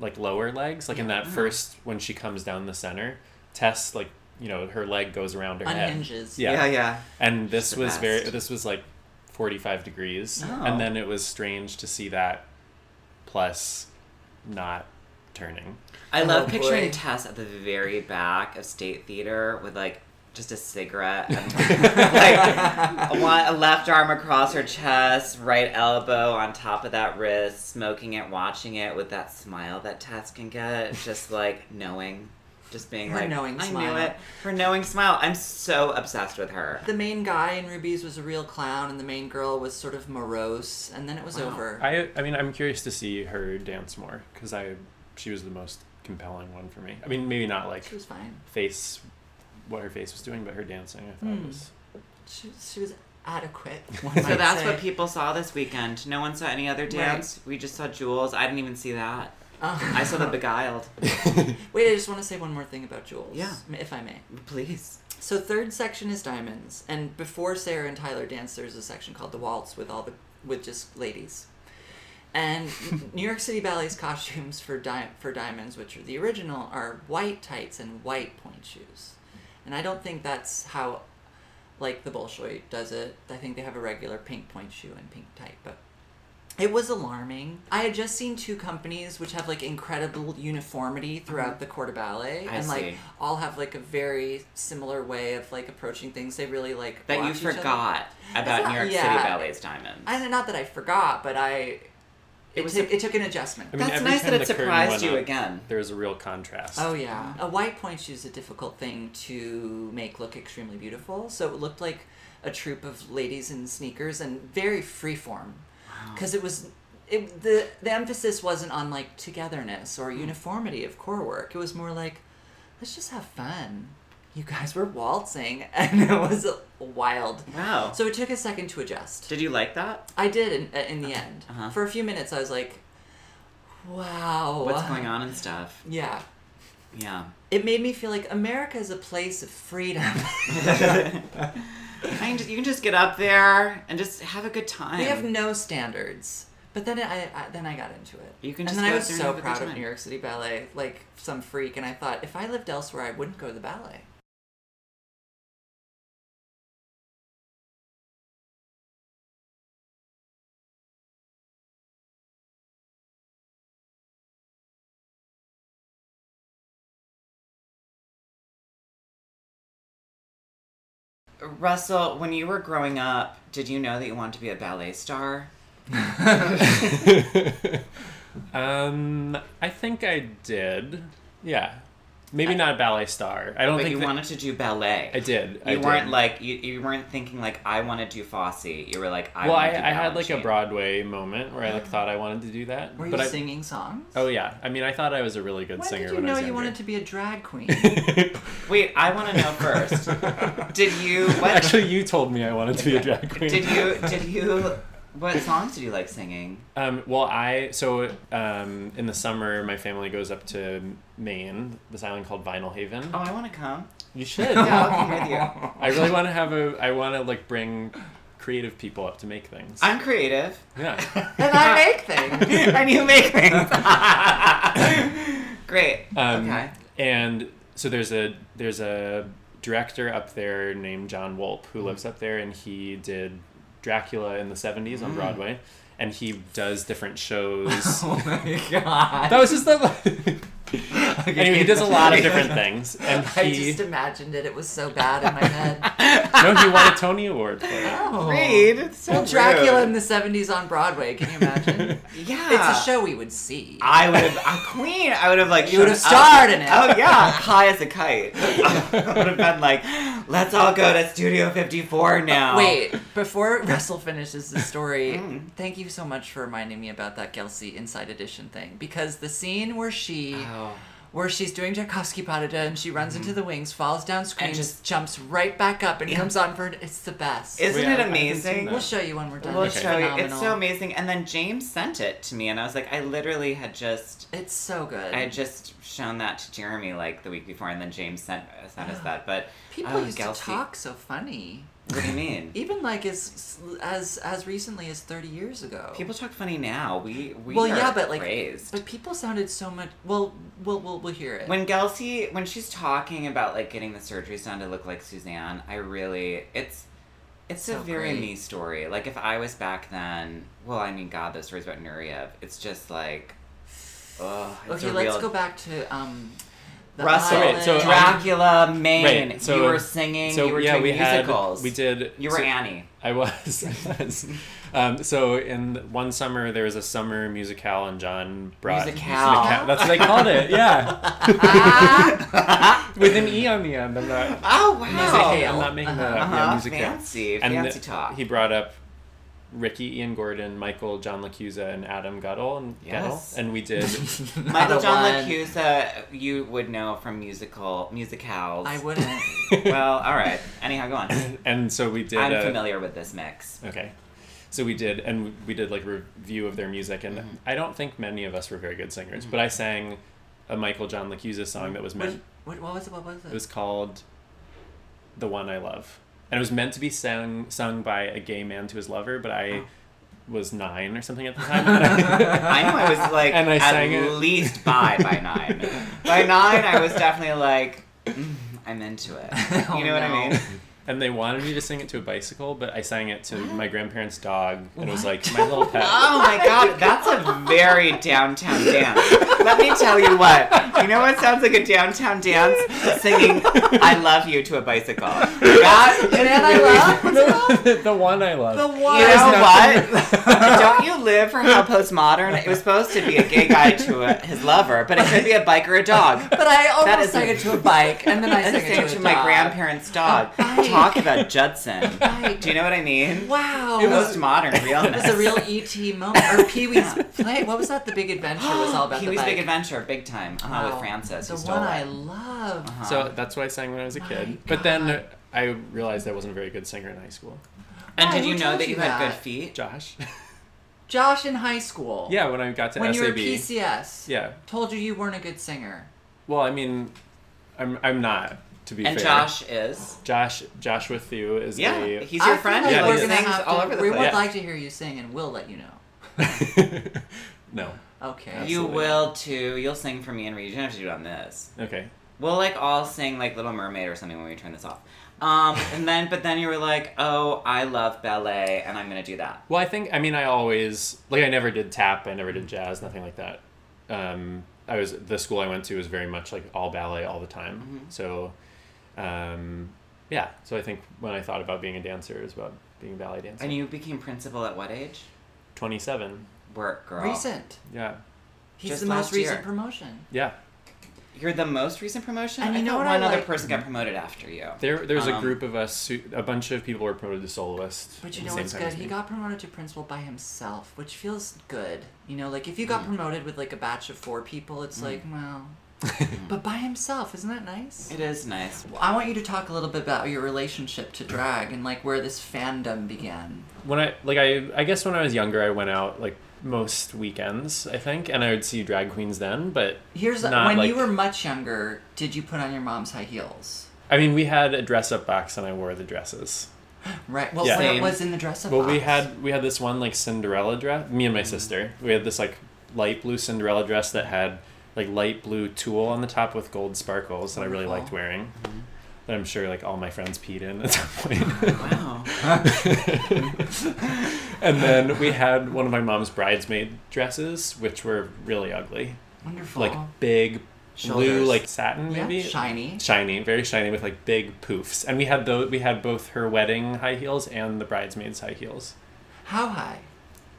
C: like lower legs. Like in
A: Uh-huh.
C: that first when she comes down the center, test like you know her leg goes around her
B: Unhinges.
C: head.
A: yeah.
C: Yeah,
A: yeah.
C: and this
A: the
C: was very
A: best.
C: this was like 45 degrees
A: Oh.
C: and then it was strange to see that plus not turning
A: I love
B: Oh, boy.
A: picturing Tess at the very back of State Theater with like just a cigarette, and, like a one, a left arm across her chest, right elbow on top of that wrist, smoking it, watching it with that smile that Tess can get, just like knowing, just being
B: Her
A: like,
B: knowing
A: I
B: smile.
A: knew it. Her knowing smile. I'm so obsessed with her.
B: The main guy in Ruby's was a real clown, and the main girl was sort of morose, and then it was
A: Wow.
B: over.
C: i i mean i'm curious to see her dance more because i she was the most compelling one for me i mean maybe not like
B: she was fine.
C: face what her face was doing but her dancing i thought
A: Hmm.
C: was
B: She, she was adequate.
A: So that's what people saw this weekend. No one saw any other dance. We just saw Jules. I didn't even see that. I saw the Beguiled.
B: Um, Wait, I just want to say one more thing about Jules,
A: Yeah.
B: m- if I may.
A: Please.
B: So third section is diamonds, and before Sarah and Tyler dance, there's a section called the waltz with all the with just ladies. And New York City Ballet's costumes for di- for diamonds, which are the original, are white tights and white point shoes. And I don't think that's how, like the Bolshoi does it. I think they have a regular pink point shoe and pink tight, but it was alarming. I had just seen two companies which have like incredible uniformity throughout the corps de ballet,
A: I
B: and like
A: see.
B: all have like a very similar way of like approaching things. They really like
A: that you
B: watch each other.
A: forgot
B: It's
A: about
B: not-
A: New York
B: yeah.
A: City Ballet's Diamonds.
B: I don't- not that I forgot, but I it,
A: was
B: took,
A: a-
B: it took an adjustment.
C: I mean,
A: That's
C: every
A: nice
C: time
A: that it
C: the curtain
A: surprised
C: went
A: you
C: up,
A: again.
C: there was a real contrast
B: Oh yeah, a white point shoe is a difficult thing to make look extremely beautiful. So it looked like a troop of ladies in sneakers and very freeform, because it was. It, the the emphasis wasn't on like togetherness
A: Mm.
B: or uniformity of core work. It was more like, let's just have fun. You guys were waltzing, and it was wild.
A: Wow.
B: So it took a second to adjust.
A: Did you like that?
B: I did in, uh, in the end.
A: Uh-huh.
B: For a few minutes, I was like, wow.
A: What's going on and stuff?
B: Yeah.
A: Yeah.
B: It made me feel like America is a place of freedom.
A: Oh, I can just, you can just get up there and just have a good time.
B: we have no standards. But then I, I then I got into it.
A: You can
B: and
A: just
B: then
A: go
B: I
A: out
B: was
A: there and
B: so
A: have a good
B: proud of
A: time.
B: New York City Ballet, like some freak. And I thought, if I lived elsewhere, I wouldn't go to the ballet.
A: Russell, when you were growing up, did you know that you wanted to be a ballet star?
C: um i think i did yeah maybe not a ballet star. I don't
A: But
C: think
A: you
C: that-
A: wanted to do ballet.
C: I did. I
A: You weren't
C: did.
A: like you, you weren't thinking like I want to do Fosse. You were like I
C: Well, I,
A: want to do
C: I had like a
A: Balanchine.
C: Broadway moment where I like thought I wanted to do that.
B: Were
C: but
B: you
C: I,
B: singing songs?
C: Oh yeah. I mean, I thought I was a really good
B: When
C: singer
B: did you
C: when I
B: know
C: was
B: you
C: younger.
B: wanted to be a drag queen?
A: Wait, I want to know first. did you what?
C: Actually, you told me I wanted to be a drag queen.
A: did you did you what songs did you like singing?
C: Um, well, I so um, in the summer my family goes up to Maine, this island called Vinyl Haven.
A: Oh, I want to come.
C: You should.
A: Yeah, I'll come with you.
C: I really want to have a. I want to like bring creative people up to make things.
A: I'm creative,
C: yeah.
B: and I make things.
A: and you make things. Great.
C: Um,
A: okay.
C: And so there's a there's a director up there named John Wolpe who lives
A: Mm.
C: up there, and he did Dracula in the '70s
A: Mm.
C: on Broadway, and he does different shows.
B: Oh my god.
C: that was just the.
B: Okay.
C: anyway, he does a lot of different things, and
B: I
C: he
B: just imagined it. It was so bad in my head.
C: no, he won a Tony Award for it.
B: Oh.
A: Read. It's so
B: Well, Dracula in
A: rude.
B: the 70s on Broadway, can you imagine?
A: Yeah.
B: It's a show we would see.
A: I would have, I'm queen. I would have like
B: You would have
A: shown up.
B: starred in it.
A: Oh yeah, high as a kite. I would have been like, let's all go to Studio 54 now.
B: Wait, before Russell finishes the story, thank you so much for reminding me about that Kelsey Inside Edition thing. Because the scene where she,
A: Oh.
B: where she's doing Tchaikovsky Padada and she runs into the wings, falls down, screams,
A: Mm-hmm. just-
B: jumps right back up, and comes on for it. It's the best.
A: Isn't
C: Wait, I- I
A: it
C: haven't seen
A: amazing?
C: that.
B: we'll show you when we're done.
A: We'll
B: It's
A: show you. It's
B: phenomenal.
A: so amazing. And then James sent it to me, and I was like, I literally had just.
B: It's so good.
A: I had just shown that to Jeremy like the week before, and then James sent sent us that. But
B: People
A: oh,
B: used
A: Gelsey,
B: to talk so funny,
A: What do you mean?
B: even like as as as recently as thirty years ago.
A: People talk funny now. We we
B: well,
A: are
B: yeah, but like,
A: raised.
B: but people sounded so much. Well, we'll we'll, we'll hear it.
A: When Gelsey, when she's talking about like getting the surgeries done to look like Suzanne, I really it's it's
B: So
A: a very
B: great.
A: me story. Like if I was back then, well, I mean, God, those stories about Nureyev, it's just like, ugh. It's
B: okay,
A: a
B: Oh, let's
A: real-
B: go back to um, the
A: Russell,
C: Wait, so, um,
A: Dracula, Maine.
C: Right, so-
A: you were singing.
C: So
A: you were
C: yeah,
A: doing
C: we
A: musicals.
C: had we did.
A: You were
C: so-
A: Annie.
C: I was. I was. Um, so in one summer there was a summer musicale, and John brought
A: Musicale.
C: Musica- That's what they called it. Yeah, with an e on the end. I'm not.
A: Oh wow!
B: Musicale.
C: I'm not making that up.
A: Uh-huh.
C: Yeah, musicale.
A: Fancy,
C: And
A: fancy
C: the-
A: talk.
C: He brought up Ricky, Ian Gordon, Michael, John Lacusa, and Adam Guttle, and
A: Yes.
C: Gettle, and we did.
A: Michael
B: Other
A: John
B: one.
A: Lacusa, you would know from musical musicals.
B: I wouldn't.
A: well, all right. Anyhow, go on.
C: and so we did.
A: I'm
C: uh,
A: familiar with this mix.
C: Okay. So we did, and we did like review of their music, and
B: Mm-hmm.
C: I don't think many of us were very good singers, but I sang a Michael John Lacusa song that was meant.
B: what, what, what was it? What was it?
C: It was called "The One I Love," and it was meant to be sung sung by a gay man to his lover, but I
B: Oh.
C: was nine or something at the time. and I-
A: I know I was like
C: And I sang
A: at
C: it.
A: least by by nine. by nine, I was definitely like, mm, I'm into it. You know what I
B: Oh, no.
A: mean?
C: and they wanted me to sing it to a bicycle, but I sang it to my grandparents' dog, and it was like my little pet.
A: Oh my god, that's a very downtown dance. Let me tell you what. You know what sounds like a downtown dance? Singing "I love you" to a bicycle. That is
B: Man, I
A: really-
B: love. What's it called?
C: the, the one I love.
B: The one.
A: You know
C: nothing-
A: what? Don't you live for how postmodern? It was supposed to be a gay guy to a, his lover, but it could be a bike or a dog.
B: But I almost
A: is
B: sang
A: a-
B: it to a bike, and then I
A: I
B: sang
A: was
B: it
A: saying
B: to,
A: to
B: a
A: my
B: dog.
A: grandparents' dog.
B: bike.
A: Talk about Judson.
B: bike.
A: Do you know what I mean?
B: Wow.
A: It was modern
B: It
A: realness.
B: was a real ET moment, or Pee Wee's play. What was that? The Big Adventure was all about.
A: Pee
B: the
A: Wee's
B: bike.
A: Big Adventure, big time. Uh-huh,
B: Wow.
A: with Francis.
B: The
A: who stole
B: one I
A: it.
B: love.
A: Uh-huh. Ah.
C: So that's what I sang when I was a kid. But then I realized I wasn't a very good singer in high school.
A: And
B: Why,
A: did
B: who
A: you know
B: told
A: that
B: you
A: you had
B: that?
A: good feet?
C: Josh?
B: Josh in high school.
C: yeah, when I got to
B: When you
C: SAB.
B: were PCS.
C: Yeah.
B: Told you you weren't a good singer.
C: Well, I mean, I'm I'm not to be
A: And
C: fair.
A: Josh is.
C: Josh Josh with you is
A: Yeah,
C: a
A: he's your
B: I feel
A: friend.
B: Like
C: Yeah,
B: we're
C: he
B: gonna
A: sings
B: have to,
A: all over the
B: we
A: place.
B: would
C: Yeah.
B: like to hear you sing, and we'll let you know.
C: no.
B: Okay.
A: You
C: Absolutely.
A: will too. You'll sing for me and read. You don't have to do it on this.
C: Okay.
A: We'll like all sing like Little Mermaid or something when we turn this off. Um, and then, but then you were like, oh, I love ballet and I'm gonna do that.
C: Well, I think I mean I always like I never did tap, I never did jazz, nothing like that. Um, I was the school I went to was very much like all ballet all the time.
A: Mm-hmm.
C: So, um, yeah. So I think when I thought about being a dancer, it was about being a ballet dancer.
A: And you became principal at what age?
C: Twenty seven.
A: Work, girl.
B: Recent.
C: Yeah.
B: He's
A: Just
B: the most
A: last year.
B: recent promotion.
C: Yeah.
A: You're the most recent promotion.
B: And
A: I
B: you know
A: thought
B: what I
A: one other
B: like-
A: person got promoted after you.
C: There, there's a
A: Um,
C: group of us. Who, a bunch of people were promoted to soloist.
B: But
C: at
B: you
C: the
B: know
C: same
B: what's
C: time
B: good?
C: as
B: He
C: me.
B: got promoted to principal by himself, which feels good. You know, like if you got
C: Mm.
B: promoted with like a batch of four people, it's like, well. but by himself, isn't that nice?
A: It is nice.
B: I want you to talk a little bit about your relationship to drag and like where this fandom began.
C: when I like I I guess when I was younger I went out like most weekends I think and I would see drag queens then but
B: Here's the,
C: Not
B: when
C: like-
B: you were much younger, did you put on your mom's high heels?
C: I mean we had a dress up box and I wore the dresses.
B: Right. Well,
C: Yeah.
B: what
A: Same.
B: was in the Mm-hmm. dress up?
C: Well we had we had this one like Cinderella dress me and my sister. We had this like light blue Cinderella dress that had like light blue tulle on the top with gold sparkles that I really liked
B: Wonderful.
C: wearing. That I'm sure like all my friends peed in at some point.
A: Wow.
C: and then we had one of my mom's bridesmaid dresses which were really ugly.
B: wonderful.
C: Like big blue
B: Shoulders.
C: like satin
B: yeah,
C: maybe
B: shiny.
C: shiny, very shiny with like big poofs. And we had though we had both her wedding high heels and the bridesmaid's high heels.
B: How high?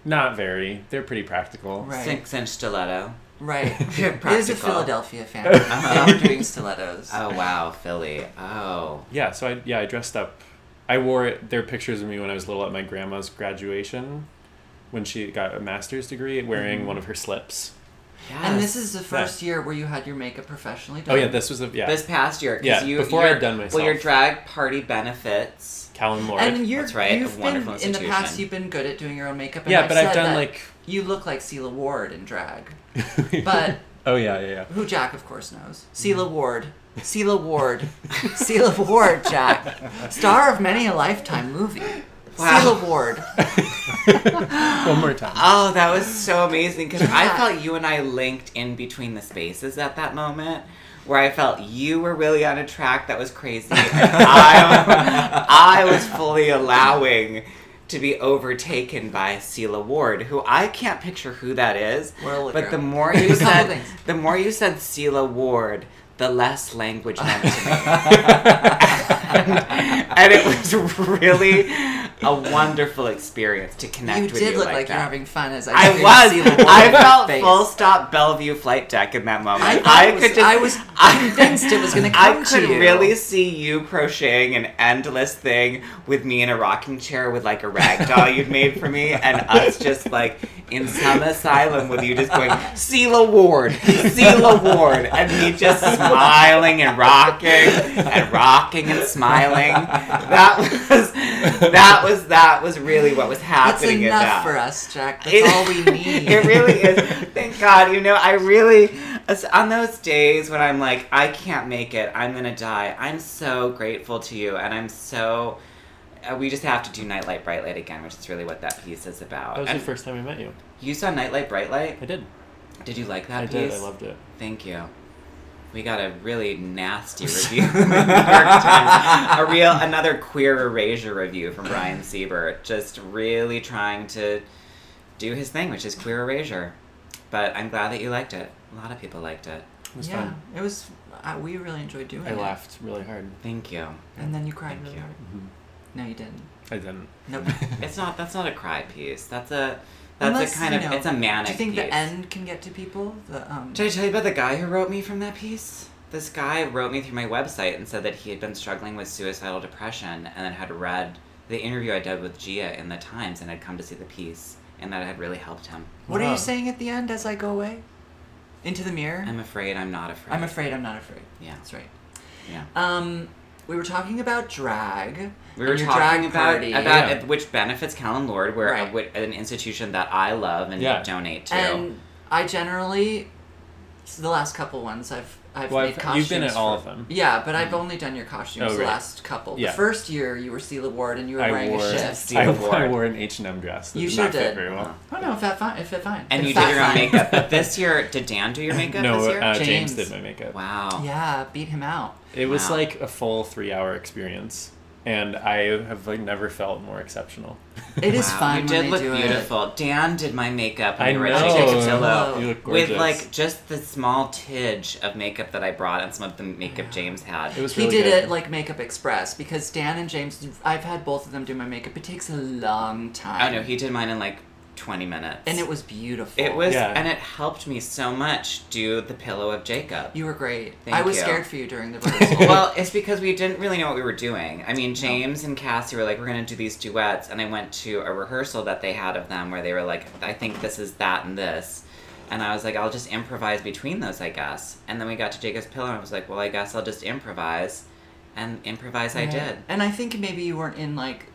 C: Not very. They're pretty practical.
B: Right.
A: Six inch stiletto.
B: Right.
A: Practical.
B: It is a Philadelphia fan. they were doing stilettos.
A: Oh wow, Philly. Oh.
C: Yeah, so I yeah, I dressed up. I wore it, there are pictures of me when I was little at my grandma's graduation when she got a master's degree wearing
B: Mm-hmm.
C: one of her slips.
A: Yes.
B: And this is the first year where you had your makeup professionally
C: Oh
B: done.
C: yeah, this was a yeah.
A: this past year. 'cause
C: Yeah,
A: you,
C: before
A: your-
C: I'd done
A: Well, your
C: myself.
A: drag party benefits.
C: Callan Lord.
B: And you're
A: That's right,
B: You've
A: a wonderful
B: been, in the
A: institution.
B: past, you've been good at doing your own makeup. And
C: Yeah,
B: I've
C: but I've
B: said
C: done,
B: that
C: like-
B: you look like Celia Ward in drag, but
C: oh yeah, yeah, yeah.
B: who Jack of course knows.
A: Mm-hmm.
B: Celia Ward. Celia Ward. Celia Ward. Jack, star of many a lifetime movie.
A: Wow.
B: Celia Ward.
C: One more time.
A: Oh, that was so amazing because I
B: Yeah.
A: felt you and I linked in between the spaces at that moment. Where I felt you were really on a track that was crazy. And I, I was fully allowing to be overtaken by Celia Ward, who I can't picture who that is.
B: We'll look her
A: but the
B: up.
A: more you
B: Couple
A: said,
B: things.
A: the more you said Celia Ward, the less language meant to me. and it was really a wonderful experience to connect
B: You
A: with
B: did
A: you
B: look
A: like,
B: like,
A: that.
B: you're having fun as I.
A: I
B: figured Celia
A: was.
B: Ward
A: I felt
B: face.
A: full stop Bellevue flight deck in that moment.
B: I
A: I,
B: thought it was-
A: could just.
B: I was convinced it was gonna
A: I
B: come to
A: could
B: you.
A: really see you crocheting an endless thing with me in a rocking chair with like a rag doll you'd made for me, and us just like in some asylum with you just going Celia Ward, Celia Ward, and me just smiling and rocking and rocking and smiling. That was that was that was really what was
B: That's
A: happening. in
B: enough
A: that.
B: for us, Jack. That's
A: It-
B: all we need.
A: It really is. Thank God. You know, I really, it's on those days when I'm like, I can't make it, I'm going to die, I'm so grateful to you. And I'm so, uh, we just have to do Nightlight Bright Light again, which is really what that piece is about.
C: That was the
A: And
C: first time I met you.
A: You saw Nightlight Bright Light?
C: I did.
A: Did you like that
C: I
A: piece?
C: did. I loved it.
A: Thank you. We got a really nasty review. from the New York Times. a real another queer erasure review from Brian Siebert, just really trying to do his thing, which is queer erasure. But I'm glad that you liked it. A lot of people liked it.
C: It was
B: yeah,
C: fun.
B: it was. Uh, we really enjoyed doing
C: I
B: it.
C: laughed really hard.
A: Thank you.
B: And then you cried really
A: you.
B: hard. No, you didn't.
C: Mm-hmm. I didn't.
B: Nope.
A: It's not. That's not a cry piece. That's a. That's
B: Unless,
A: a kind
B: you
A: of.
B: know,
A: It's a manic.
B: Do you think
A: piece.
B: the end can get to people? The um.
A: Did I tell you about the guy who wrote me from that piece? This guy wrote me through my website and said that he had been struggling with suicidal depression and then had read the interview I did with Gia in the Times and had come to see the piece and that it had really helped him.
B: What are
C: Wow.
B: you saying at the end as I go away? Into the mirror?
A: I'm afraid I'm not afraid.
B: I'm afraid I'm not afraid.
A: Yeah.
B: That's right.
A: Yeah.
B: Um, we were talking about drag.
A: We were
B: and your
A: talking
B: drag
A: about
B: party,
A: about
C: Yeah.
A: which benefits Callan Lord, where
B: Right.
A: which- an institution that I love and
C: Yeah.
A: donate to.
B: and I generally the last couple ones I've I've
C: Well,
B: made
C: I've-
B: costumes.
C: you've been at all
B: for-
C: of them.
B: Yeah, but I've only done your costumes
C: Oh,
B: the
C: right.
B: last couple.
C: Yeah.
B: The first year you were Celia Ward and you were
C: I
B: wearing
C: wore,
B: a
A: Yes.
B: shift.
A: Steel
C: I,
A: board.
C: wore I wore an H and M dress. That
B: You
C: did
B: sure
C: not
B: did.
C: fit very well.
A: Uh-huh.
B: Oh no, fat fine. It fit fine.
A: And
B: It
A: you
B: fat
A: did your own
B: fine.
A: makeup. But this year, did Dan do your makeup
C: No,
A: this year?
C: uh, James.
B: James.
C: did my makeup.
A: wow.
B: Yeah, beat him out.
C: It was
A: Wow.
C: like a full three-hour experience, and I have like never felt more exceptional.
B: It is
A: Wow,
B: fun
A: You
B: when
A: did
B: they
A: look
B: do it.
A: beautiful. Dan did my makeup. When
C: I
A: we were
C: know.
A: at Chicken Zillow.
B: Hello.
C: You look gorgeous.
A: With like just the small tidge of makeup that I brought and some of the makeup James had.
C: it was
B: He
C: really
B: did
C: good.
B: it like Makeup Express because Dan and James, I've had both of them do my makeup. It takes a long time.
A: I know he did mine in like 20 minutes.
B: and it was beautiful.
A: It was,
C: Yeah.
A: and it helped me so much do the pillow of Jacob.
B: You were great.
A: Thank
B: I was
A: you.
B: scared for you during the rehearsal.
A: well, it's because we didn't really know what we were doing. I mean, James and Cassie were like, we're going to do these duets. And I went to a rehearsal that they had of them where they were like, I think this is that and this. And I was like, I'll just improvise between those, I guess. And then we got to Jacob's Pillow, and I was like, well, I guess I'll just improvise. And improvise I did.
B: And I think maybe you weren't in like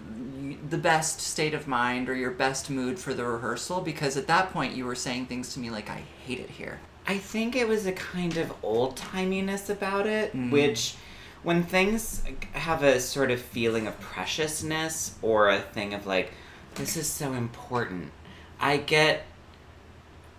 B: y- the best state of mind or your best mood for the rehearsal because at that point you were saying things to me like, I hate it here.
A: I think it was a kind of old timiness about it,
B: Mm.
A: which when things have a sort of feeling of preciousness or a thing of like, this is so important, I get.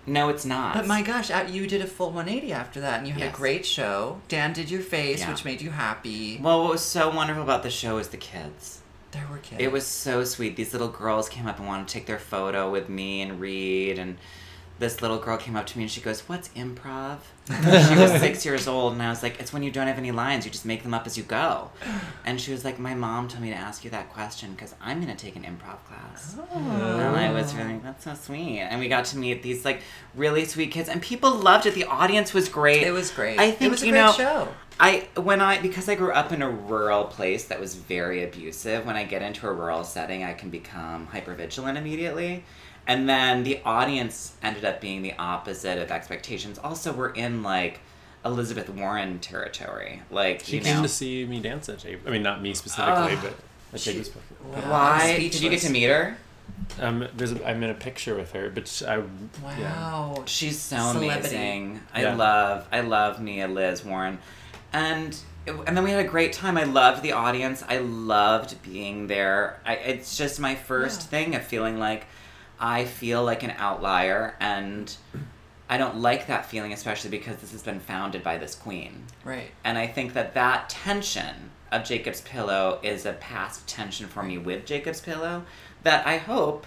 A: No, it's not.
B: But my gosh, uh, you did a full 180 after that and you had
A: Yes.
B: a great show. Dan did your face,
A: Yeah.
B: which made you happy.
A: Well, what was so wonderful about the show was the kids.
B: there were kids.
A: It was so sweet. These little girls came up and wanted to take their photo with me and Reed. And this little girl came up to me and she goes, What's improv? she was six years old. And I was like, It's when you don't have any lines, you just make them up as you go. And she was like, My mom told me to ask you that question because I'm going to take an improv class. And I was really, That's so sweet. And we got to meet these like really sweet kids. And people loved it. The audience was great.
B: It was great.
A: I think,
B: it was a
A: you
B: great
A: know,
B: show.
A: I when I because I grew up in a rural place that was very abusive. When I get into a rural setting, I can become hypervigilant immediately. And then the audience ended up being the opposite of expectations. Also, we're in like Elizabeth Warren territory. Like
C: She
A: you
C: came
A: know,
C: to see me dance at Jacob. I mean, not me specifically,
A: Ugh.
C: but at
B: She-
C: Jacob's.
B: Wow.
A: why
B: I'm
A: did you get to
B: speechless.
A: meet her?
C: Um, there's a, I'm in a picture with her, but she- I yeah.
B: Wow.
A: She's so
B: Celebrity.
A: amazing. I
C: Yeah.
A: love, I love Mia Liz Warren, and it- and then we had a great time. I loved the audience. I loved being there. I, it's just my first
B: Yeah.
A: thing of feeling like I feel like an outlier, and I don't like that feeling, especially because this has been founded by this queen.
B: Right.
A: And I think that that tension of Jacob's Pillow is a past tension for me with Jacob's Pillow that I hope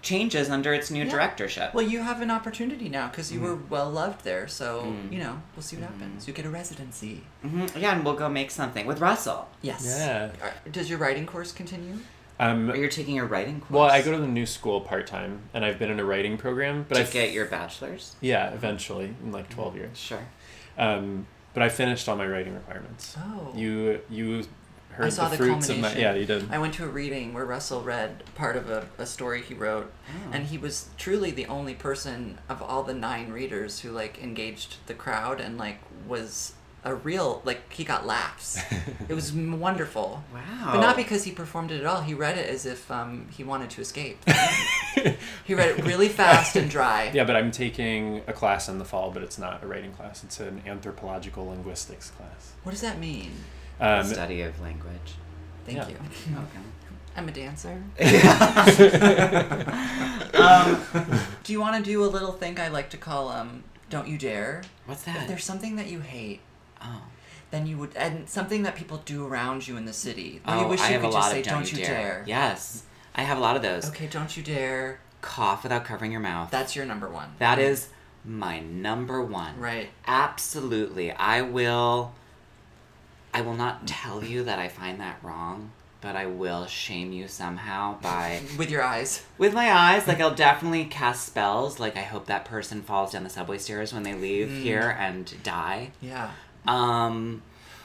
A: changes under its new
B: Yeah.
A: directorship.
B: Well, you have an opportunity now because you were well loved there. So, you know, we'll see what happens. You get a residency.
A: hmm Yeah, and we'll go make something with Russell.
B: Yes.
C: Yeah.
B: Are- Does your writing course continue?
A: Or
C: Um,
A: you're taking a writing course.
C: well, I go to the new school part time, and I've been in a writing program, but
A: to
C: I
A: get your bachelor's.
C: yeah eventually in like 12 years.
A: Sure.
C: Um, but I finished all my writing requirements.
B: Oh.
C: You you heard
B: I saw the,
C: fruits of
B: culmination.
C: my yeah you did.
B: I went to a reading where Russell read part of a, a story he wrote, and he was truly the only person of all the nine readers who like engaged the crowd and like was a real like he got laughs. it was m- wonderful.
A: Wow.
B: But not because he performed it at all. He read it as if um, he wanted to escape. he read it really fast and dry.
C: Yeah, but I'm taking a class in the fall, but it's not a writing class. It's an anthropological linguistics class.
B: What does that mean?
C: Um,
A: Study of language. Oh,
B: Thank
C: Yeah.
B: you.
A: Okay.
B: I'm a dancer. Um, Do you want to do a little thing I like to call um don't you dare?
A: What's
B: If
A: that?
B: there's something that you hate,
A: Oh.
B: then you would and something that people do around you in the city.
A: Oh,
B: you wish
A: I
B: you
A: have
B: could
A: a lot
B: just
A: of
B: say
A: don't, you dare. Yes. I have a lot of those.
B: Okay, don't you dare.
A: Cough without covering your mouth.
B: That's your number one.
A: that is my number one.
B: Right.
A: Absolutely. I will I will not tell you that I find that wrong, but I will shame you somehow by
B: With your eyes.
A: With my eyes, like I'll definitely cast spells. Like I hope that person falls down the subway stairs when they leave
B: Mm.
A: here and die.
B: Yeah.
A: Um,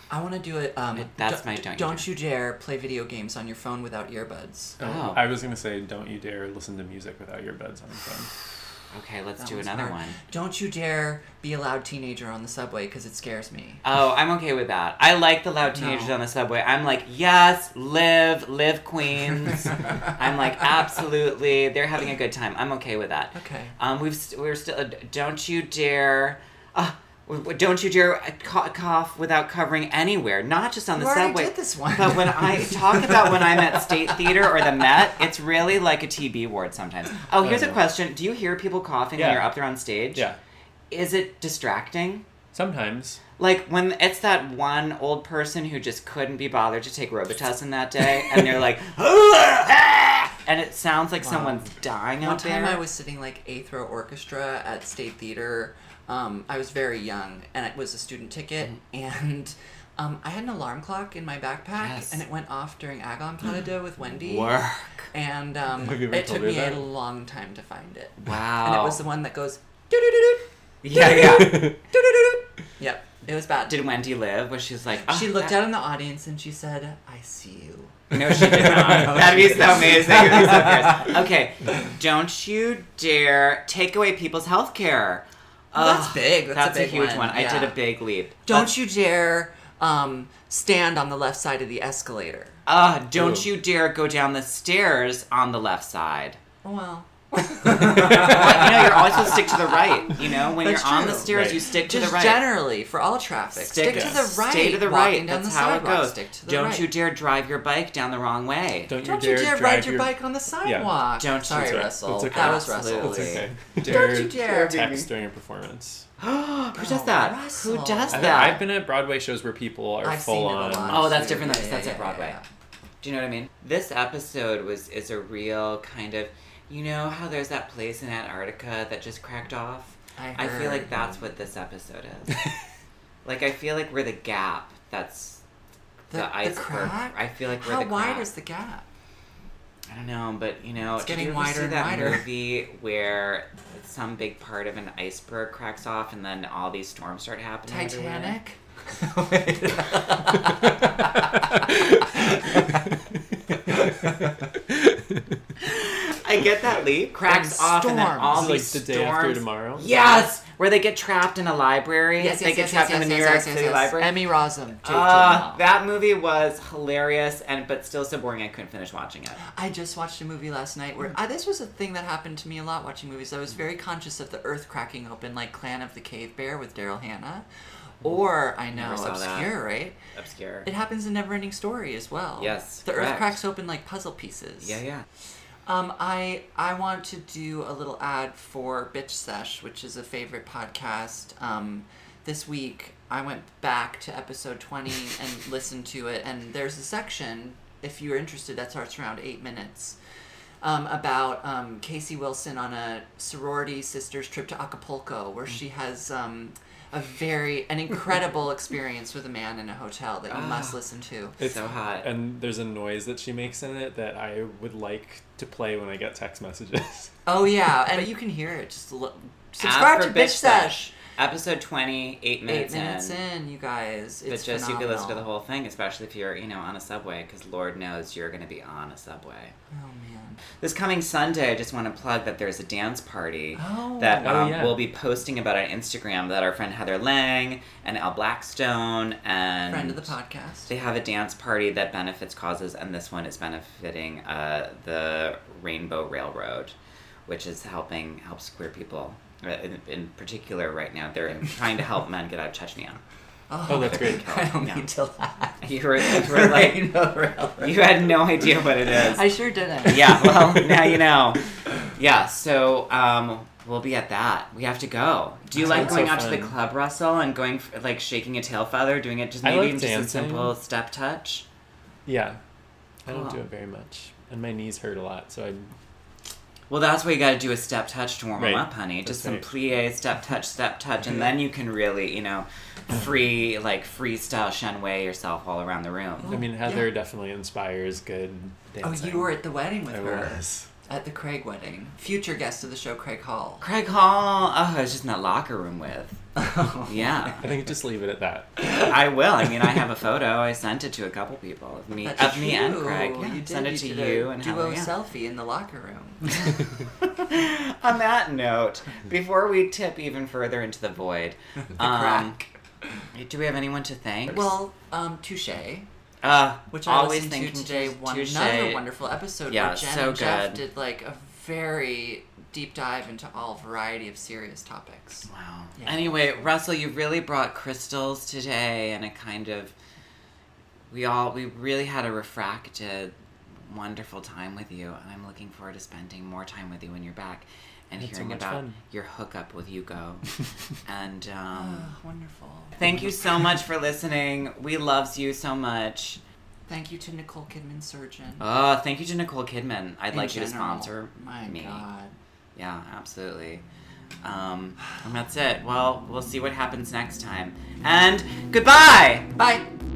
B: I want to do it. Um,
A: That's
B: don't-
A: my don't you
B: Don't
A: dare.
B: you dare play video games on your phone without earbuds.
A: Oh.
C: I was gonna say, don't you dare listen to music without your buds on your phone.
A: okay, let's
B: That
A: do
B: one's
A: another
B: hard.
A: one.
B: Don't you dare be a loud teenager on the subway because it scares me.
A: Oh, I'm okay with that. I like the loud teenagers
B: No.
A: on the subway. I'm like, yes, live, live Queens. I'm like, absolutely. They're having a good time. I'm okay with that.
B: Okay.
A: Um, we've st- we're still. Uh, don't you dare. Uh, don't you dare uh, co- cough without covering anywhere, not just on the
B: You already
A: subway.
B: did this one.
A: But when I talk about when I'm at State Theater or the Met, it's really like a TB ward sometimes. Oh, here's a
C: yeah.
A: question: Do you hear people coughing
C: Yeah.
A: when you're up there on stage?
C: Yeah,
A: Is it distracting?
C: sometimes.
A: Like when it's that one old person who just couldn't be bothered to take Robitussin that day, and they're like, "Ah!" and it sounds like someone's dying
B: One
A: out there.
B: time I was sitting like eighth row orchestra at State Theater. Um, I was very young and it was a student ticket and Um, I had an alarm clock in my backpack,
A: Mm-hmm. Yes.
B: and it went off during Agon Panada with Wendy.
A: Work.
B: And um,
C: Have you ever
B: it took
C: told her
B: me
C: that?
B: a long time to find it.
A: Wow.
B: And it was the one that goes. "Doo-doo-doo-doo,
A: yeah, yeah.
B: doo-doo-doo-doo." Yep, it was bad.
A: Did Wendy live? Was she's like? "Ah,
B: She looked
A: that-
B: out in the audience and she said, "I see you."
A: No, she did not. That'd be so amazing. It'd be so fierce. okay, don't you dare take away people's health care.
B: That's big. That's a big
A: huge
B: one.
A: one. I did
B: Yeah.
A: a big leap.
B: Don't you dare um, stand on the left side of the escalator.
A: Uh, don't
C: Ooh.
A: you dare go down the stairs on the left side.
B: Well,
A: But, you know, you're always supposed to stick to the right. You know, when
B: That's
A: you're on the
B: true.
A: stairs,
C: Right.
A: you stick to
B: just
A: the right.
B: generally for all traffic, stick, to the right.
A: Stay to the
B: walking
A: right.
B: Down
A: That's
B: the
A: how it
B: sidewalk,
A: goes.
B: Stick to the
A: don't
B: right.
A: you dare drive your bike down the wrong way.
C: Don't,
B: Don't you dare
C: drive
B: ride your, bike on the sidewalk.
A: Don't you
B: Sorry,
A: dare.
B: Russell.
C: That's okay.
B: That was
A: Absolutely.
B: Russell.
C: That's okay.
B: Don't you dare.
C: text during a performance.
A: Who does
B: Oh,
A: that?
B: Russell.
A: Who does
B: I-
A: that?
C: I've been at Broadway shows where people are
B: I've
C: full
B: seen it a
C: on.
A: Oh,
B: lot.
A: that's
B: Absolutely.
A: different than
B: Yeah,
A: that's
B: yeah,
A: at
B: yeah,
A: Broadway.
B: yeah.
A: Do you know what I mean? This episode was is a real kind of you know how there's that place in Antarctica that just cracked off.
B: I
A: feel like
B: heard.
A: that's what this episode is. like I feel like we're the gap. That's
B: The,
A: the,
B: the
A: iceberg.
B: crack?
A: I feel like we're
B: How
A: the
B: wide
A: crack.
B: is the gap?
A: I don't know, but you know,
B: It's
A: did
B: getting
A: you ever
B: wider
A: see
B: and
A: that
B: wider.
A: movie where some big part of an iceberg cracks off and then all these storms start happening? everywhere?
B: Titanic.
A: I get that leap. Cracks
B: And
A: off and then
B: storms.
A: all
C: Is it
A: these
C: like the
A: storms.
C: day after tomorrow?
A: Yes, where they get trapped in a library.
B: Yes, yes,
A: they get
B: yes,
A: trapped
B: yes,
A: in the
B: yes,
A: New
B: yes,
A: York
B: yes,
A: City
B: yes.
A: library.
B: Emmy Rossum. Jake
A: Uh,
B: Gyllenhaal.
A: that movie was hilarious and but still so boring I couldn't finish watching it.
B: I just watched a movie last night where I, this was a thing that happened to me a lot watching movies. I was very conscious of the earth cracking open, like Clan of the Cave Bear with Daryl Hannah, or I know
A: Never saw that.
B: Obscure, right?
A: Obscure.
B: It happens in Neverending Story as well.
A: Yes,
B: the earth
A: correct.
B: cracks open like puzzle pieces.
A: yeah, yeah.
B: Um, I I want to do a little ad for Bitch Sesh, which is a favorite podcast. Um, this week I went back to episode twenty and listened to it, and there's a section if you're interested that starts around eight minutes. Um, about um, Casey Wilson on a sorority sister's trip to Acapulco, where she has um, a very an incredible experience with a man in a hotel that you must listen to.
A: It's so hot.
C: And there's a noise that she makes in it that I would like to play when I get text messages.
B: Oh yeah, and you can hear it. Just look, subscribe
A: Ask
B: to
A: for
B: Bitch Sesh.
A: Episode 20, eight
B: Eight
A: minutes,
B: minutes
A: in.
B: in, you guys.
A: But
B: It's
A: just you can listen to the whole
B: phenomenal.
A: thing, especially if you're, you know, on a subway, because Lord knows you're going to be on a subway.
B: Oh man.
A: This coming Sunday, I just want to plug that there's a dance party
B: Oh.
A: that
C: Oh,
A: um,
C: yeah.
A: we'll be posting about on Instagram that our friend Heather Lang and Al Blackstone and
B: Friend of the podcast.
A: They have a dance party that benefits causes, and this one is benefiting uh, the Rainbow Railroad, which is helping helps queer people. Uh, In, in particular, right now, they're trying to help men get out of Chechnya.
C: Oh, that's great.
B: I don't
A: Yeah.
B: mean to laugh.
A: You were, you were like,
B: Rainbow Railroad.
A: you had no idea what it is.
B: I sure didn't.
A: yeah, well, now you know. Yeah, so um, we'll be at that. We have to go. Do you like
C: Sounds
A: going
C: so
A: out to the
C: fun.
A: club, Russell, and going f- like shaking a tail feather, doing it just
C: I
A: maybe
C: like
A: even just a
C: dancing.
A: simple step touch?
C: Yeah. I don't
A: Cool.
C: do it very much. And my knees hurt a lot, so I'm
A: Well, that's why you got to do a step touch to warm 'em
C: Right.
A: up, honey.
C: That's
A: just some
C: right.
A: plie, step touch, step touch, and then you can really, you know, free like freestyle shenwei yourself all around the room.
C: I mean
B: Oh, yeah.
C: Heather definitely inspires good
B: Oh,
C: dancing.
B: you were at the wedding with
C: I
B: her.
C: was.
B: At the Craig wedding. Future guest of the show, Craig Hall.
A: Craig Hall, oh, I was just in that locker room with. Yeah,
C: I think just leave it at that.
A: I will. I mean, I have a photo. I sent it to a couple people of me,
B: That's
A: of me and
B: true.
A: Craig. Yeah,
B: you did.
A: send it
B: you
A: to
B: did a
A: you and
B: duo
A: Heather. yeah.
B: selfie in the locker room.
A: On that note, before we tip even further into the void, um,
B: crack.
A: do we have anyone to thank?
B: well, um, touche.
A: uh,
B: which
A: always
B: I listened
A: thinking
B: to today. One
A: touche.
B: another wonderful episode
A: Yeah,
B: where Jen
A: so
B: and Jeff
A: good.
B: did like a very deep dive into all variety of serious topics.
A: Wow.
B: Yeah.
A: Anyway, Russell, you really brought crystals today and a kind of we all we really had a refracted wonderful time with you and I'm looking forward to spending more time with you when you're back and
C: Had so
A: hearing
C: much
A: about
C: fun.
A: your hookup with Hugo. and um
B: Oh, wonderful.
A: Thank you so much for listening. We loves you so much.
B: Thank you to Nicole Kidman, surgeon.
A: Oh, thank you to Nicole Kidman. I'd
B: in
A: like you to
B: general.
A: sponsor
B: My
A: me.
B: God.
A: Yeah, absolutely. Um, and that's it. Well, we'll see what happens next time. And goodbye!
B: Bye.